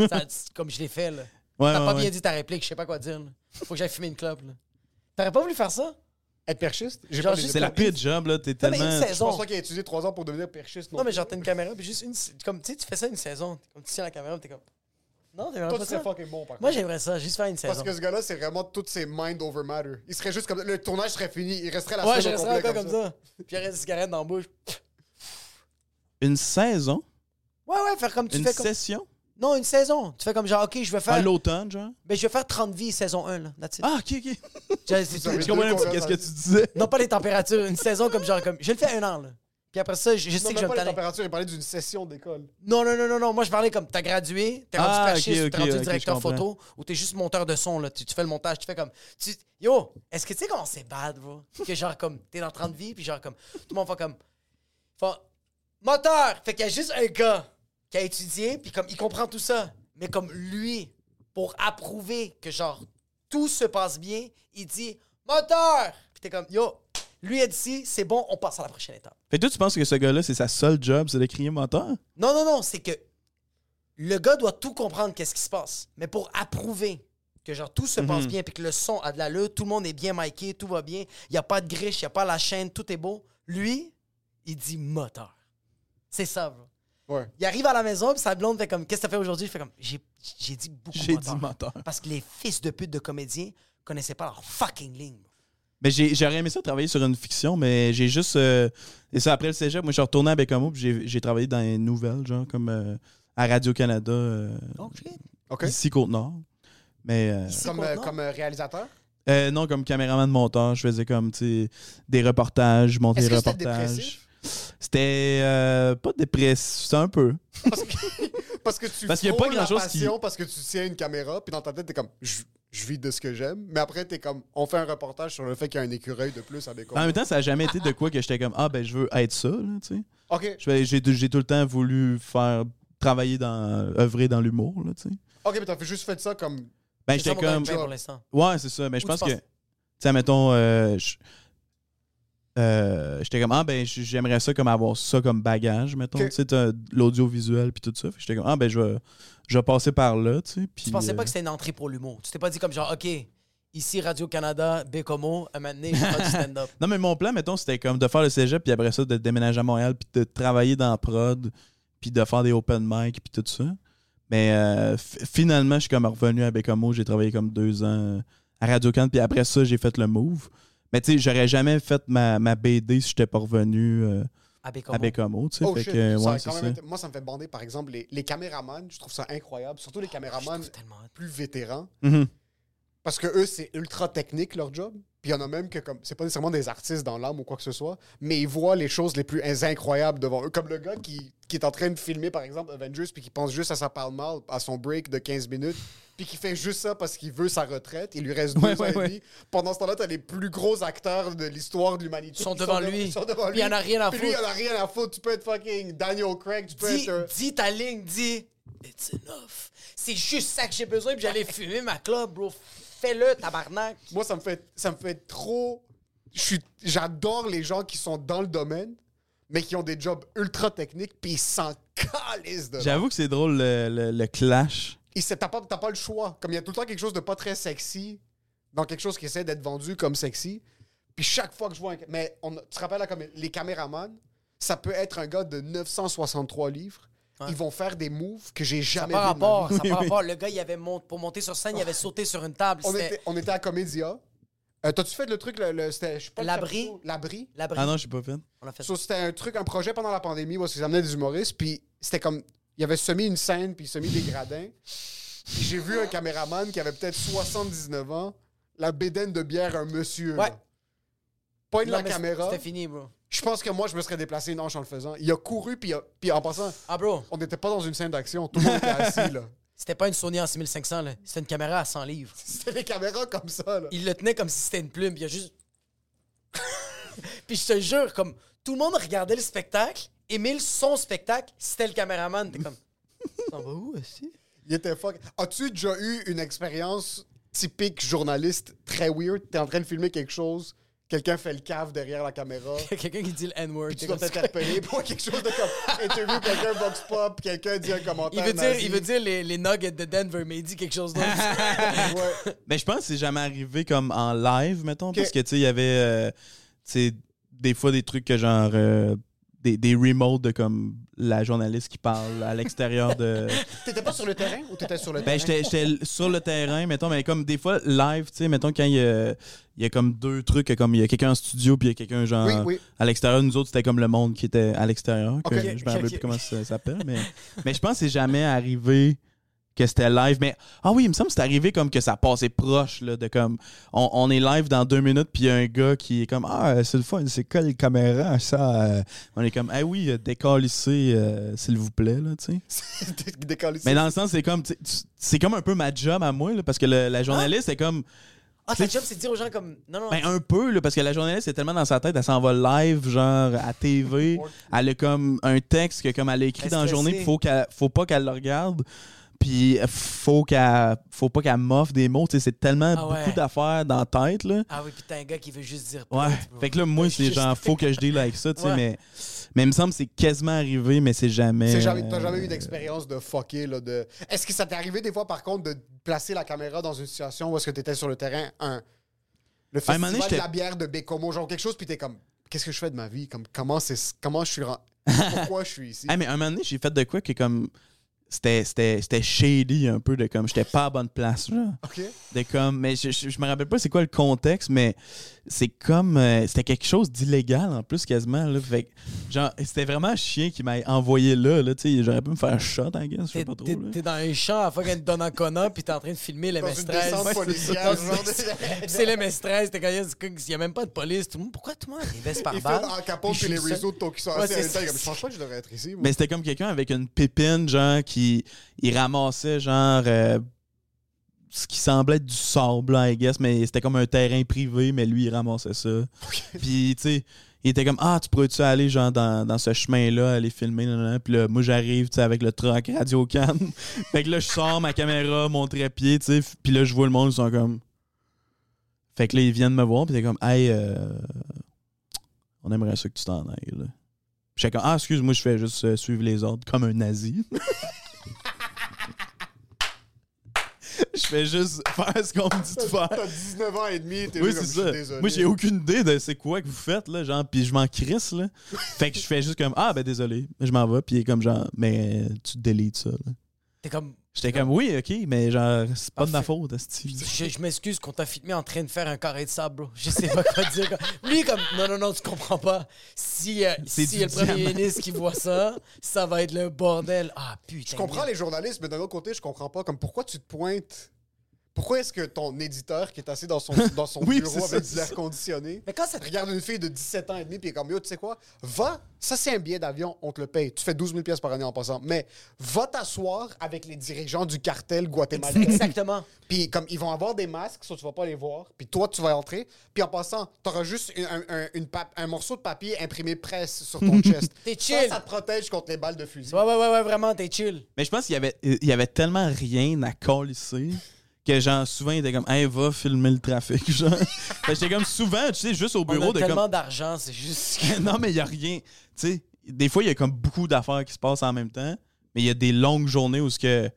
[SPEAKER 2] Ça, c'est comme je l'ai fait, là.
[SPEAKER 4] Ouais,
[SPEAKER 2] T'as
[SPEAKER 4] ouais,
[SPEAKER 2] pas
[SPEAKER 4] ouais.
[SPEAKER 2] bien dit ta réplique, je sais pas quoi dire. là. Faut que j'aille fumer une clope. là. T'aurais pas voulu faire ça?
[SPEAKER 3] Être perchiste? J'ai
[SPEAKER 2] Genre
[SPEAKER 3] pas les
[SPEAKER 2] juste
[SPEAKER 4] C'est la
[SPEAKER 3] études.
[SPEAKER 4] pire job, là. T'es
[SPEAKER 2] Non, mais une
[SPEAKER 4] tellement.
[SPEAKER 3] Je pense
[SPEAKER 2] saison.
[SPEAKER 3] pas qu'il a étudié trois ans pour devenir perchiste. Non,
[SPEAKER 2] Non, mais genre, t'as une caméra, puis juste une. Comme, tu sais, tu fais ça une saison. T'es Comme tu tiens la caméra, puis t'es comme. Non, t'es vraiment
[SPEAKER 3] toi,
[SPEAKER 2] pas
[SPEAKER 3] tu
[SPEAKER 2] ça.
[SPEAKER 3] serais fucking bon, par
[SPEAKER 2] Moi,
[SPEAKER 3] contre.
[SPEAKER 2] j'aimerais ça, juste faire une
[SPEAKER 3] Parce
[SPEAKER 2] saison.
[SPEAKER 3] que ce gars-là, c'est vraiment toutes ses mind over matter. Il serait juste comme. Le tournage serait fini. Il resterait la
[SPEAKER 2] Ouais,
[SPEAKER 3] semaine au
[SPEAKER 2] j'aimerais ça encore
[SPEAKER 3] complet
[SPEAKER 2] comme ça. Puis il y aurait des cigarettes dans la bouche.
[SPEAKER 4] Une saison
[SPEAKER 2] Ouais, ouais, faire comme tu
[SPEAKER 4] Une
[SPEAKER 2] fais. Comme...
[SPEAKER 4] session
[SPEAKER 2] Non, une saison. Tu fais comme genre, ok, je vais
[SPEAKER 4] À
[SPEAKER 2] faire.
[SPEAKER 4] l'automne, genre
[SPEAKER 2] Mais je vais faire 30 vies saison 1, là. That's it.
[SPEAKER 4] Ah, ok, ok.
[SPEAKER 2] Genre, c'est tout.
[SPEAKER 3] avez
[SPEAKER 4] Je comprends
[SPEAKER 3] deux
[SPEAKER 4] un petit- qu'est-ce que
[SPEAKER 3] conversations.
[SPEAKER 4] tu disais.
[SPEAKER 2] Non, pas les températures. Une saison comme genre, comme. Je le fais un an, là. Puis après ça, je, je sais
[SPEAKER 3] Non,
[SPEAKER 2] que je
[SPEAKER 3] même
[SPEAKER 2] vais me
[SPEAKER 3] pas les
[SPEAKER 2] tanner.
[SPEAKER 3] températures. Il parlait d'une session d'école.
[SPEAKER 2] Non, non, non, non, non. Moi, je parlais comme t'as gradué, t'es rendu
[SPEAKER 4] Ah,
[SPEAKER 2] fasciste,
[SPEAKER 4] ok,
[SPEAKER 2] t'es
[SPEAKER 4] ok,
[SPEAKER 2] rendu
[SPEAKER 4] ok,
[SPEAKER 2] directeur
[SPEAKER 4] je comprends.
[SPEAKER 2] photo, ou t'es juste monteur de son, là. Tu, tu fais le montage, tu fais comme. tu- yo, est-ce que tu sais comment c'est bad, bro? Que genre, comme, t'es dans 30 vies, puis genre, comme, tout le monde fait comme. Fait, moteur! Fait qu'il y a juste un gars qui a étudié, puis comme, il comprend tout ça. Mais comme lui, pour approuver que genre, tout se passe bien, il dit moteur! Puis t'es comme, yo, lui a dit si, c'est bon, on passe à la prochaine étape.
[SPEAKER 4] Fait que toi, tu penses que ce gars-là, c'est sa seule job, c'est de crier moteur
[SPEAKER 2] Non, non, non, c'est que le gars doit tout comprendre qu'est-ce qui se passe. Mais pour approuver que genre tout se
[SPEAKER 4] Mhm.
[SPEAKER 2] passe bien, puis que le son a de l'allure, tout le monde est bien miqué, tout va bien, il n'y a pas de griche, il n'y a pas la chaîne, tout est beau. Lui, il dit moteur. C'est ça, bro.
[SPEAKER 3] Ouais.
[SPEAKER 2] Il arrive à la maison, puis sa blonde fait comme Qu'est-ce que t'as fait aujourd'hui Je fais comme J'ai j'ai dit beaucoup
[SPEAKER 4] J'ai
[SPEAKER 2] moteur.
[SPEAKER 4] dit moteur.
[SPEAKER 2] Parce que les fils de pute de comédiens connaissaient pas leur fucking ligne. bro.
[SPEAKER 4] Mais j'ai- j'aurais aimé ça travailler sur une fiction, mais j'ai juste. euh, et ça, après le cégep, moi, je suis retourné à Bécamo, puis j'ai- j'ai travaillé dans les nouvelles, genre, comme euh, à Radio-Canada, euh,
[SPEAKER 3] OK.
[SPEAKER 4] ici, Côte-Nord. Mais. euh,
[SPEAKER 3] Comme, euh, comme euh, réalisateur.
[SPEAKER 4] euh, non, comme caméraman de montage, je faisais comme, tu sais, des reportages, monter
[SPEAKER 3] Est-ce
[SPEAKER 4] des
[SPEAKER 3] que c'était
[SPEAKER 4] reportages.
[SPEAKER 3] dépressif?
[SPEAKER 4] C'était euh, pas dépressif, c'était un peu.
[SPEAKER 3] Parce que, parce que tu
[SPEAKER 4] Parce qu'il y a
[SPEAKER 3] frôles
[SPEAKER 4] pas grand-chose
[SPEAKER 3] la passion
[SPEAKER 4] qui-
[SPEAKER 3] parce que tu tiens une caméra, puis dans ta tête, t'es comme, je, je vis de ce que j'aime. Mais après, t'es comme, on fait un reportage sur le fait qu'il y a un écureuil de plus à des
[SPEAKER 4] En même temps, ça a jamais été de quoi que j'étais comme, ah, ben, je veux être ça, là, tu sais.
[SPEAKER 3] OK,
[SPEAKER 4] Je fais- J'ai j'ai tout le temps voulu faire travailler dans œuvrer dans l'humour là, tu sais.
[SPEAKER 3] OK, mais t'as fait- juste fait ça comme...
[SPEAKER 4] Ben
[SPEAKER 2] C'est ça
[SPEAKER 4] j'étais
[SPEAKER 2] mon
[SPEAKER 4] comme
[SPEAKER 2] gagne-pain pour l'instant.
[SPEAKER 4] ouais, c'est ça, mais je
[SPEAKER 2] Où
[SPEAKER 4] pense
[SPEAKER 2] tu
[SPEAKER 4] que
[SPEAKER 2] passes?
[SPEAKER 4] tu sais mettons euh, je- euh, j'étais comme ah ben j- j'aimerais ça comme avoir ça comme bagage mettons,
[SPEAKER 3] Que-
[SPEAKER 4] tu sais t'as de l'audiovisuel puis tout ça. Fait que J'étais comme ah ben je vais je vais passer par là, tu sais, puis
[SPEAKER 2] Tu pensais
[SPEAKER 4] euh,
[SPEAKER 2] pas que c'était une entrée pour l'humour. Tu t'es pas dit comme genre, OK, ici Radio-Canada, Bécomo, à maintenant, je fais du stand-up.
[SPEAKER 4] Non, mais mon plan, mettons, c'était comme de faire le cégep, puis après ça, de déménager à Montréal, puis de travailler dans la prod, puis de faire des open mic, puis tout ça. Mais euh, fi- finalement, je suis comme revenu à Bécamo, j'ai travaillé comme deux ans euh, à radio can puis après ça, j'ai fait le move. Mais tu sais, j'aurais jamais fait ma, ma BD si j'étais pas revenu euh,
[SPEAKER 2] À Bécomo.
[SPEAKER 4] à Bécamo, tu sais.
[SPEAKER 3] Oh
[SPEAKER 4] Fait
[SPEAKER 3] shit,
[SPEAKER 4] que,
[SPEAKER 3] ça
[SPEAKER 4] ouais,
[SPEAKER 3] a
[SPEAKER 4] c'est
[SPEAKER 3] quand
[SPEAKER 4] ça.
[SPEAKER 3] même été- Moi, ça me fait bander, par exemple, les, les caméramans, je trouve ça incroyable. Surtout les caméramans
[SPEAKER 2] Ah, Tellement.
[SPEAKER 3] plus vétérans.
[SPEAKER 4] Mhm.
[SPEAKER 3] Parce que eux, c'est ultra technique leur job. Puis il y en a même que, comme, c'est pas nécessairement des artistes dans l'âme ou quoi que ce soit, mais ils voient les choses les plus in- incroyables devant eux. Comme le gars qui, qui est en train de filmer, par exemple, Avengers, puis qui pense juste à sa parle mal, à son break de 15 minutes, puis qui fait juste ça parce qu'il veut sa retraite. Il lui reste deux
[SPEAKER 4] Ouais,
[SPEAKER 3] ans
[SPEAKER 4] ouais,
[SPEAKER 3] et
[SPEAKER 4] ouais.
[SPEAKER 3] demi. Pendant ce temps-là, t'as les plus gros acteurs de l'histoire de l'humanité.
[SPEAKER 2] Ils sont
[SPEAKER 3] qui
[SPEAKER 2] devant lui.
[SPEAKER 3] ils sont devant
[SPEAKER 2] Puis il y en a rien à
[SPEAKER 3] Puis lui, il
[SPEAKER 2] foutre.
[SPEAKER 3] y en a rien à foutre. Tu peux être fucking Daniel Craig, tu peux
[SPEAKER 2] Dis,
[SPEAKER 3] être. euh,
[SPEAKER 2] dis ta ligne, dis It's enough. C'est juste ça que j'ai besoin, puis j'allais fumer ma clope, bro. Fais-le, tabarnak.
[SPEAKER 3] Moi, ça me fait, ça me fait trop. je suis- J'adore les gens qui sont dans le domaine, mais qui ont des jobs ultra techniques, puis ils s'en calissent de
[SPEAKER 4] J'avoue que c'est drôle le, le- le clash.
[SPEAKER 3] Et c'est- T'as pas, t'as pas le choix. Comme il y a tout le temps quelque chose de pas très sexy dans quelque chose qui essaie d'être vendu comme sexy. Puis chaque fois que je vois un. Mais on, tu te rappelles, là, comme les caméramans, ça peut être un gars de 963 livres. Ils vont faire des moves que j'ai
[SPEAKER 2] Ça
[SPEAKER 3] jamais
[SPEAKER 2] par
[SPEAKER 3] vu de ma
[SPEAKER 2] rapport,
[SPEAKER 3] vie.
[SPEAKER 2] ça par rapport. Le gars, il avait mont- pour monter sur scène, il avait sauté sur une table.
[SPEAKER 3] On
[SPEAKER 2] C'était
[SPEAKER 3] était, on était à Comédia. Euh, T'as-tu fait le truc, le, le- c'était- je sais pas le
[SPEAKER 2] L'abri.
[SPEAKER 3] chapiteau, L'abri.
[SPEAKER 2] l'abri.
[SPEAKER 4] Ah non, je suis pas fait.
[SPEAKER 2] On a fait ça.
[SPEAKER 3] So, c'était un truc, un projet pendant la pandémie où ils amenaient des humoristes, puis c'était comme. Il avait semé une scène, puis il semé des gradins. Puis j'ai vu un caméraman qui avait peut-être 79 ans, la bédaine de bière, un monsieur.
[SPEAKER 2] Ouais.
[SPEAKER 3] là. Pas de
[SPEAKER 2] Non,
[SPEAKER 3] la
[SPEAKER 2] mais
[SPEAKER 3] caméra.
[SPEAKER 2] C'était fini, bro.
[SPEAKER 3] Je pense que moi, je me serais déplacé une hanche en le faisant. Il a couru, puis, il a- puis en passant,
[SPEAKER 2] Ah, bro,
[SPEAKER 3] on n'était pas dans une scène d'action, tout le monde était assis, là.
[SPEAKER 2] c'était pas une Sony en 6500, là. C'était une caméra à 100 livres.
[SPEAKER 3] C'était des caméras comme ça, là.
[SPEAKER 2] Il le tenait comme si c'était une plume. puis Il a juste. puis je te jure, comme tout le monde regardait le spectacle, Émile, son spectacle, c'était le caméraman. T'es comme. Ça va où aussi?
[SPEAKER 3] Il était fuck. As-tu déjà eu une expérience typique journaliste très weird? T'es en train de filmer quelque chose, quelqu'un fait le cave derrière la caméra.
[SPEAKER 2] Il y a quelqu'un qui dit le N-word.
[SPEAKER 3] Puis
[SPEAKER 2] t'es
[SPEAKER 3] tu dois
[SPEAKER 2] comme-
[SPEAKER 3] t'interpeller pour quelque chose de comme interview quelqu'un vox pop, quelqu'un dit un commentaire.
[SPEAKER 2] Il veut dire,
[SPEAKER 3] nazi.
[SPEAKER 2] il veut dire les, les Nuggets de Denver, mais il dit quelque chose d'autre.
[SPEAKER 3] Ouais.
[SPEAKER 4] Mais Ben, je pense que c'est jamais arrivé comme en live, mettons,
[SPEAKER 3] Ok.
[SPEAKER 4] parce que tu sais, il y avait euh, tu sais, des fois des trucs que genre euh, des, des remotes de comme la journaliste qui parle à l'extérieur de.
[SPEAKER 3] T'étais pas sur le terrain ou t'étais sur le
[SPEAKER 4] Ben, j'étais j'étais l- sur le terrain, mettons, mais comme des fois live, tu sais, mettons, quand il y a, il y a comme deux trucs, comme il y a quelqu'un en studio, puis il y a quelqu'un genre
[SPEAKER 3] Oui, oui.
[SPEAKER 4] à l'extérieur, nous autres, c'était comme le monde qui était à l'extérieur. que
[SPEAKER 3] Ok.
[SPEAKER 4] Je me
[SPEAKER 2] Ok,
[SPEAKER 4] rappelle
[SPEAKER 2] ok.
[SPEAKER 4] plus comment ça s'appelle, mais, mais je pense que c'est jamais arrivé que c'était live. Mais ah oui, il me semble que c'est arrivé comme que ça passait proche, là, de comme on, on est live dans deux minutes, puis il y a un gars qui est comme Ah, c'est le fun, c'est quoi les caméras, ça euh? On est comme Ah oui, euh, décalissez, euh, s'il vous plaît, là, tu sais.
[SPEAKER 3] terrain? Décalé.
[SPEAKER 4] Mais dans le sens, c'est comme, tu- tu- c'est comme un peu ma job à moi, là, parce que le- la journaliste est comme.
[SPEAKER 2] Ah, ta job, c'est de dire aux gens comme. Non, non,
[SPEAKER 4] Ben, un peu, là, parce que la journaliste est tellement dans sa tête, elle s'en va live, genre, à TV. Elle a comme un texte que, comme elle a écrit
[SPEAKER 2] Elle est
[SPEAKER 4] dans la journée,
[SPEAKER 2] stressée.
[SPEAKER 4] faut, qu'elle- faut pas qu'elle le regarde. Puis, faut, qu'elle- faut pas qu'elle m'offre des mots. Tu sais, c'est tellement
[SPEAKER 2] Ah ouais.
[SPEAKER 4] beaucoup d'affaires dans la tête, là.
[SPEAKER 2] Ah oui, puis t'as un gars qui veut juste dire.
[SPEAKER 4] Ouais.
[SPEAKER 2] pute, bro.
[SPEAKER 4] Fait que là, moi, c'est
[SPEAKER 2] Juste-
[SPEAKER 4] genre, faut que je deal avec ça, tu sais,
[SPEAKER 2] Ouais.
[SPEAKER 4] mais, mais il me semble que c'est quasiment arrivé, mais c'est jamais. euh,
[SPEAKER 3] C'est jamais- T'as jamais eu d'expérience
[SPEAKER 4] d'expérience
[SPEAKER 3] de fucker, là, de... Est-ce que ça t'est arrivé des fois, par contre, de placer la caméra dans une situation où est-ce que t'étais sur le terrain, un... Le
[SPEAKER 4] À un
[SPEAKER 3] festival
[SPEAKER 4] moment donné,
[SPEAKER 3] de
[SPEAKER 4] j'étais-
[SPEAKER 3] la bière de Bécomo, genre quelque chose, puis t'es comme, qu'est-ce que je fais de ma vie? Comme, comment c'est... Comment je suis... ren- Pourquoi je suis ici?
[SPEAKER 4] Ah, mais un moment donné, j'ai fait de quoi que comme. C'était, c'était, c'était shady un peu de comme j'étais pas à bonne place. Genre.
[SPEAKER 3] OK?
[SPEAKER 4] De comme, mais je, je, je me rappelle pas c'est quoi le contexte, mais c'est comme. euh, c'était quelque chose d'illégal en plus, quasiment. Là. Fait que, genre, c'était vraiment chien qui m'a envoyé là. là tu sais, J'aurais pu me faire shot, I guess. Je sais
[SPEAKER 2] T'es
[SPEAKER 4] pas hein. trop.
[SPEAKER 2] t'es-
[SPEAKER 4] là.
[SPEAKER 2] t'es dans un champ à fucking Donnacona, puis t'es en train de filmer les
[SPEAKER 3] Dans une descente policière, genre de-
[SPEAKER 2] C'est les mestresse, t'es quand même, il y a même pas de police. Tout le monde, pourquoi tout le monde a des vestes par
[SPEAKER 3] Il fait
[SPEAKER 2] balle?
[SPEAKER 3] en capote puis les
[SPEAKER 2] je suis
[SPEAKER 3] réseaux de
[SPEAKER 2] seul.
[SPEAKER 3] Tokusatsu
[SPEAKER 2] Ouais,
[SPEAKER 3] en même
[SPEAKER 2] c'est-
[SPEAKER 3] temps, comme, Je pense pas que je devrais être ici. moi.
[SPEAKER 4] Mais c'était comme quelqu'un avec une pépine, genre, qui il ramassait, genre, euh, ce qui semblait être du sable, là, I guess, mais c'était comme un terrain privé, mais lui, il ramassait ça. Puis, tu sais, il était comme, ah, tu pourrais-tu aller, genre, dans, dans ce chemin-là, aller filmer, nan, nan, nan. Puis là, moi, j'arrive, tu sais, avec le truck radio cam. fait que là, je sors ma caméra, mon trépied, tu sais, f- puis là, je vois le monde, ils sont comme. Fait que là, ils viennent me voir, puis t'es comme, hey, euh, on aimerait ça que tu t'en ailles, là. Puis j'étais comme, ah, excuse-moi, je fais juste euh, suivre les ordres comme un nazi. Je fais juste faire ce qu'on me dit de
[SPEAKER 3] T'as
[SPEAKER 4] faire.
[SPEAKER 3] 19 ans et demi, t'es
[SPEAKER 4] Oui,
[SPEAKER 3] juste comme, je
[SPEAKER 4] c'est ça.
[SPEAKER 3] suis désolé.
[SPEAKER 4] Moi, j'ai aucune idée de c'est quoi que vous faites, là, genre, puis je m'en crisse, là. Fait que je fais juste comme, ah, ben désolé, je m'en vais, puis il est comme, genre, mais euh, tu délites ça, là.
[SPEAKER 2] T'es comme,
[SPEAKER 4] J'étais comme, oui, ok, mais genre, c'est pas de ma faute, Steve.
[SPEAKER 2] je, je m'excuse qu'on t'a filmé en train de faire un carré de sable, bro. Je sais pas quoi dire. Lui, comme, non, non, non, tu comprends pas. Si, euh,
[SPEAKER 4] C'est
[SPEAKER 2] si
[SPEAKER 4] du
[SPEAKER 2] le premier
[SPEAKER 4] diamant.
[SPEAKER 2] ministre qui voit ça, ça va être le bordel. Ah, putain.
[SPEAKER 3] Je comprends les journalistes, mais d'un autre côté, je comprends pas. Comme pourquoi tu te pointes Pourquoi est-ce que ton éditeur qui est assis dans son, dans son
[SPEAKER 4] Oui, c'est
[SPEAKER 3] bureau
[SPEAKER 4] ça,
[SPEAKER 3] avec
[SPEAKER 4] c'est
[SPEAKER 3] de l'air
[SPEAKER 4] ça.
[SPEAKER 3] conditionné
[SPEAKER 2] Mais quand ça te
[SPEAKER 3] regarde une fille de 17 ans et demi puis est comme yo, tu sais quoi Va, ça c'est un billet d'avion, on te le paye. Tu fais 12 000 pièces par année en passant, mais va t'asseoir avec les dirigeants du cartel guatémalien.
[SPEAKER 2] Exactement.
[SPEAKER 3] Puis comme ils vont avoir des masques, ça tu vas pas les voir. Puis toi tu vas entrer. Puis en passant, t'auras juste un, un- un- une pap- un morceau de papier imprimé presse sur ton chest.
[SPEAKER 2] T'es
[SPEAKER 3] Ça,
[SPEAKER 2] chill.
[SPEAKER 3] ça te protège contre les balles de fusil.
[SPEAKER 2] Ouais, ouais, ouais, ouais, vraiment, t'es chill.
[SPEAKER 4] Mais je pense qu'il y avait, il y avait tellement rien à colisser que genre souvent il était comme hey va filmer le trafic genre. Fait que j'étais comme souvent tu sais juste au
[SPEAKER 2] On
[SPEAKER 4] bureau
[SPEAKER 2] a
[SPEAKER 4] de
[SPEAKER 2] tellement
[SPEAKER 4] comme
[SPEAKER 2] d'argent, c'est juste que...
[SPEAKER 4] non mais il y a rien tu sais des fois il y a comme beaucoup d'affaires qui se passent en même temps mais il y a des longues journées où ce que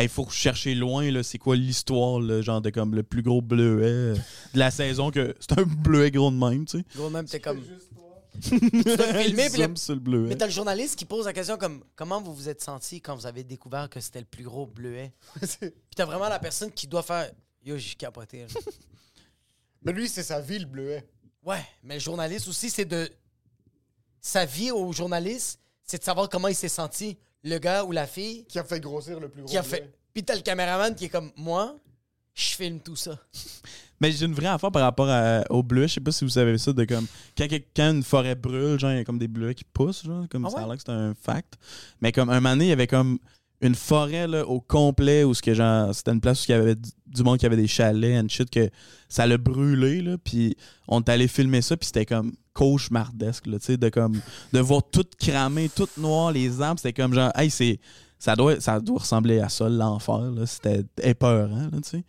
[SPEAKER 4] il faut chercher loin là c'est quoi l'histoire là, genre de comme le plus gros bleuet de la saison que c'est un bleuet gros de même tu sais.
[SPEAKER 2] Gros, même, t'es comme...
[SPEAKER 4] Tu
[SPEAKER 2] dois filmer, puis le-
[SPEAKER 4] sur le bleuet.
[SPEAKER 2] Mais t'as le journaliste qui pose la question comme comment vous vous êtes senti quand vous avez découvert que c'était le plus gros bleuet. Puis t'as vraiment la personne qui doit faire yo j'ai capoté. là.
[SPEAKER 3] Mais lui c'est sa vie le bleuet.
[SPEAKER 2] ouais, mais le journaliste aussi c'est de sa vie au journaliste, c'est de savoir comment il s'est senti le gars ou la fille
[SPEAKER 3] qui a fait grossir le plus gros.
[SPEAKER 2] qui a
[SPEAKER 3] blé.
[SPEAKER 2] fait. Puis t'as le caméraman qui est comme moi, je filme tout ça.
[SPEAKER 4] Mais j'ai une vraie affaire par rapport à- au bleu. Je sais pas si vous savez ça, de comme quand, quel- quand une forêt brûle, genre il y a comme des bleuets qui poussent, genre, comme
[SPEAKER 2] Ah
[SPEAKER 4] ça a
[SPEAKER 2] ouais?
[SPEAKER 4] l'air que c'est un fact. Mais comme un moment donné, il y avait comme une forêt là, au complet où ce que genre c'était une place où il y avait du, du monde qui avait des chalets and shit que ça l'a brûlé là puis on est allé filmer ça puis c'était comme cauchemardesque là tu sais de comme de voir tout cramé tout noir les arbres c'était comme genre hey c'est ça doit ça doit ressembler à ça l'enfer là c'était épeurant là tu sais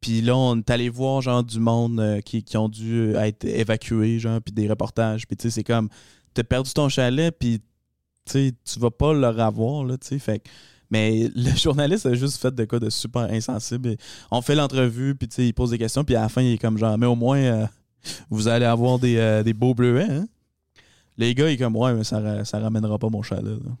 [SPEAKER 4] puis là, on est allé voir genre du monde euh, qui, qui ont dû être évacués, genre, puis des reportages. Puis tu sais, c'est comme, t'as perdu ton chalet, puis tu sais, tu vas pas le revoir, là, tu sais. Fait que- mais le journaliste a juste fait de quoi de super insensible. Et On fait l'entrevue, puis tu sais, il pose des questions, puis à la fin, il est comme genre, mais au moins, euh, vous allez avoir des, euh, des beaux bleuets, hein? Les gars, ils sont comme, ouais, mais ça, ra- ça ramènera pas mon chalet, là.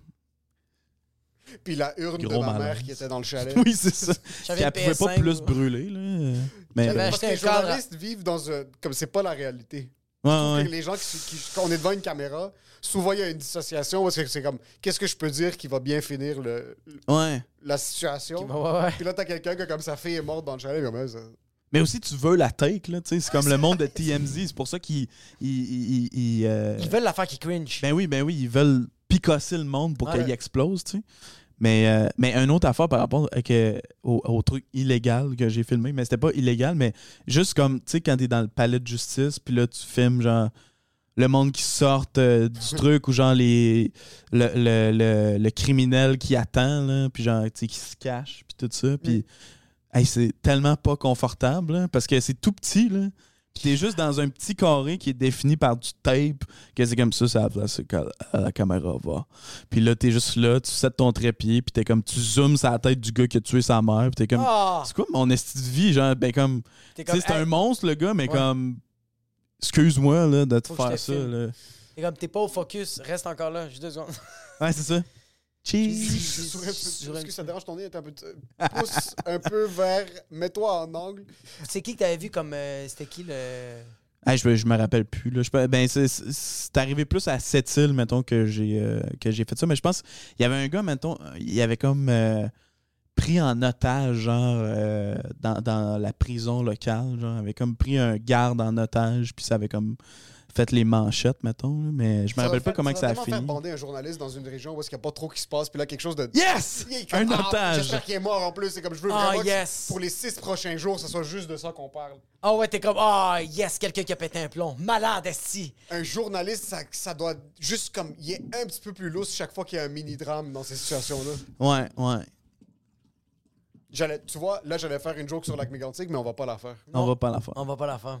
[SPEAKER 3] Puis la urne
[SPEAKER 4] Gros
[SPEAKER 3] de ma
[SPEAKER 4] malaise.
[SPEAKER 3] mère qui était dans le chalet.
[SPEAKER 4] Oui, c'est ça. Puis elle
[SPEAKER 2] le
[SPEAKER 4] pouvait pas
[SPEAKER 2] PS5,
[SPEAKER 4] plus
[SPEAKER 2] moi.
[SPEAKER 4] brûler, là. Mais, euh,
[SPEAKER 2] J'avais
[SPEAKER 4] ouais,
[SPEAKER 3] Parce que
[SPEAKER 2] Acheter
[SPEAKER 3] les
[SPEAKER 2] un cadre à-
[SPEAKER 3] journalistes vivent dans un. Comme c'est pas la réalité.
[SPEAKER 4] ouais.
[SPEAKER 3] Les gens qui, qui- Quand on est devant une caméra, souvent il y a une dissociation parce que c'est comme qu'est-ce que je peux dire qui va bien finir le,
[SPEAKER 4] ouais.
[SPEAKER 3] la situation.
[SPEAKER 2] Ouais, ouais.
[SPEAKER 3] Puis là, t'as quelqu'un que comme sa fille est morte dans le chalet. mais comme, ça-
[SPEAKER 4] Mais aussi, tu veux la take, là, tu sais. C'est comme le monde de TMZ. C'est pour ça qu'ils. ils- ils- ils- ils, euh,
[SPEAKER 2] Ils veulent la faire qui cringe.
[SPEAKER 4] Ben oui, ben oui, ils veulent picosser le monde pour
[SPEAKER 2] Ouais.
[SPEAKER 4] qu'il explose, tu sais. Mais, euh, mais une autre affaire par rapport à que- au, au truc illégal que j'ai filmé, mais c'était pas illégal, mais juste comme, tu sais, quand t'es dans le palais de justice, puis là, tu filmes, genre, le monde qui sort euh, du truc, ou genre, les, le, le, le, le criminel qui attend, là, puis genre, tu sais, qui se cache, puis tout ça, puis... Hey, c'est tellement pas confortable, là, parce que c'est tout petit, là. Puis t'es juste dans un petit carré qui est défini par du tape, que c'est comme ça, ça la place que la, la caméra va. Puis là, t'es juste là, tu sets ton trépied, puis t'es comme, tu zoomes sur la tête du gars qui a tué sa mère, puis t'es comme,
[SPEAKER 2] Ah!
[SPEAKER 4] c'est quoi mon esti de vie, genre, ben comme,
[SPEAKER 2] T'es
[SPEAKER 4] tu sais, c'est
[SPEAKER 2] hey,
[SPEAKER 4] un monstre, le gars, mais
[SPEAKER 2] Ouais.
[SPEAKER 4] comme, excuse-moi, là, de te
[SPEAKER 2] Faut que je
[SPEAKER 4] faire
[SPEAKER 2] te
[SPEAKER 4] ça,
[SPEAKER 2] filme.
[SPEAKER 4] là.
[SPEAKER 2] t'es comme, t'es pas au focus, reste encore là, juste deux secondes.
[SPEAKER 4] Ouais, c'est ça. Cheese.
[SPEAKER 3] Je saurais-
[SPEAKER 2] Sur-
[SPEAKER 3] Est-ce que ça te dérange ton nez? T'es Un peu, pousse un peu vers. Mets-toi en angle.
[SPEAKER 2] C'est qui que t'avais vu comme. euh, C'était qui le.
[SPEAKER 4] Ah, je, je me rappelle plus. Là. Je peux- ben, c'est- c'est c'est arrivé plus à cette île, mettons, que j'ai euh, que j'ai fait ça. Mais je pense il y avait un gars, mettons, il avait comme euh, pris en otage, genre, euh, dans, dans la prison locale. Genre, il avait comme pris un garde en otage, puis ça avait comme fait les manchettes, mettons. là. Mais je me rappelle pas comment que ça a
[SPEAKER 3] faire
[SPEAKER 4] fini.
[SPEAKER 3] bander un journaliste dans une région où est-ce qu'il n'y a pas trop qui se passe, puis là, quelque chose de...
[SPEAKER 4] Yes!
[SPEAKER 3] Il est comme,
[SPEAKER 4] Un
[SPEAKER 3] ah,
[SPEAKER 4] otage!
[SPEAKER 3] J'espère qu'il est mort en plus. C'est comme, je veux
[SPEAKER 2] Ah,
[SPEAKER 3] vraiment que
[SPEAKER 2] yes.
[SPEAKER 3] pour les six prochains jours, ce soit juste de ça qu'on parle.
[SPEAKER 2] Ah ouais, t'es comme, ah yes, quelqu'un qui a pété un plomb. Malade, esti.
[SPEAKER 3] Un journaliste, ça, ça doit juste comme... Il est un petit peu plus lousse chaque fois qu'il y a un mini-drame dans ces situations-là.
[SPEAKER 4] Ouais, ouais.
[SPEAKER 3] J'allais, tu vois, là, j'allais faire une joke sur Lac Mégantic, mais on va pas la faire.
[SPEAKER 4] On va pas la faire.
[SPEAKER 2] On va pas la faire.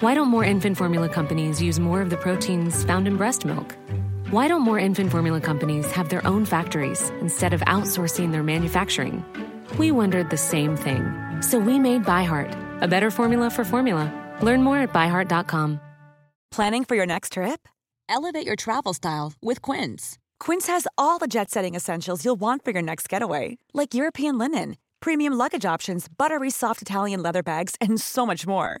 [SPEAKER 5] Why don't more infant formula companies use more of the proteins found in breast milk? Why don't more infant formula companies have their own factories instead of outsourcing their manufacturing? We wondered the same thing. So we made ByHeart, a better formula for formula. Learn more at byheart.com.
[SPEAKER 6] Planning for your next trip?
[SPEAKER 5] Elevate your travel style with Quince.
[SPEAKER 6] Quince has all the jet setting essentials you'll want for your next getaway, like European linen, premium luggage options, buttery soft Italian leather bags, and so much more.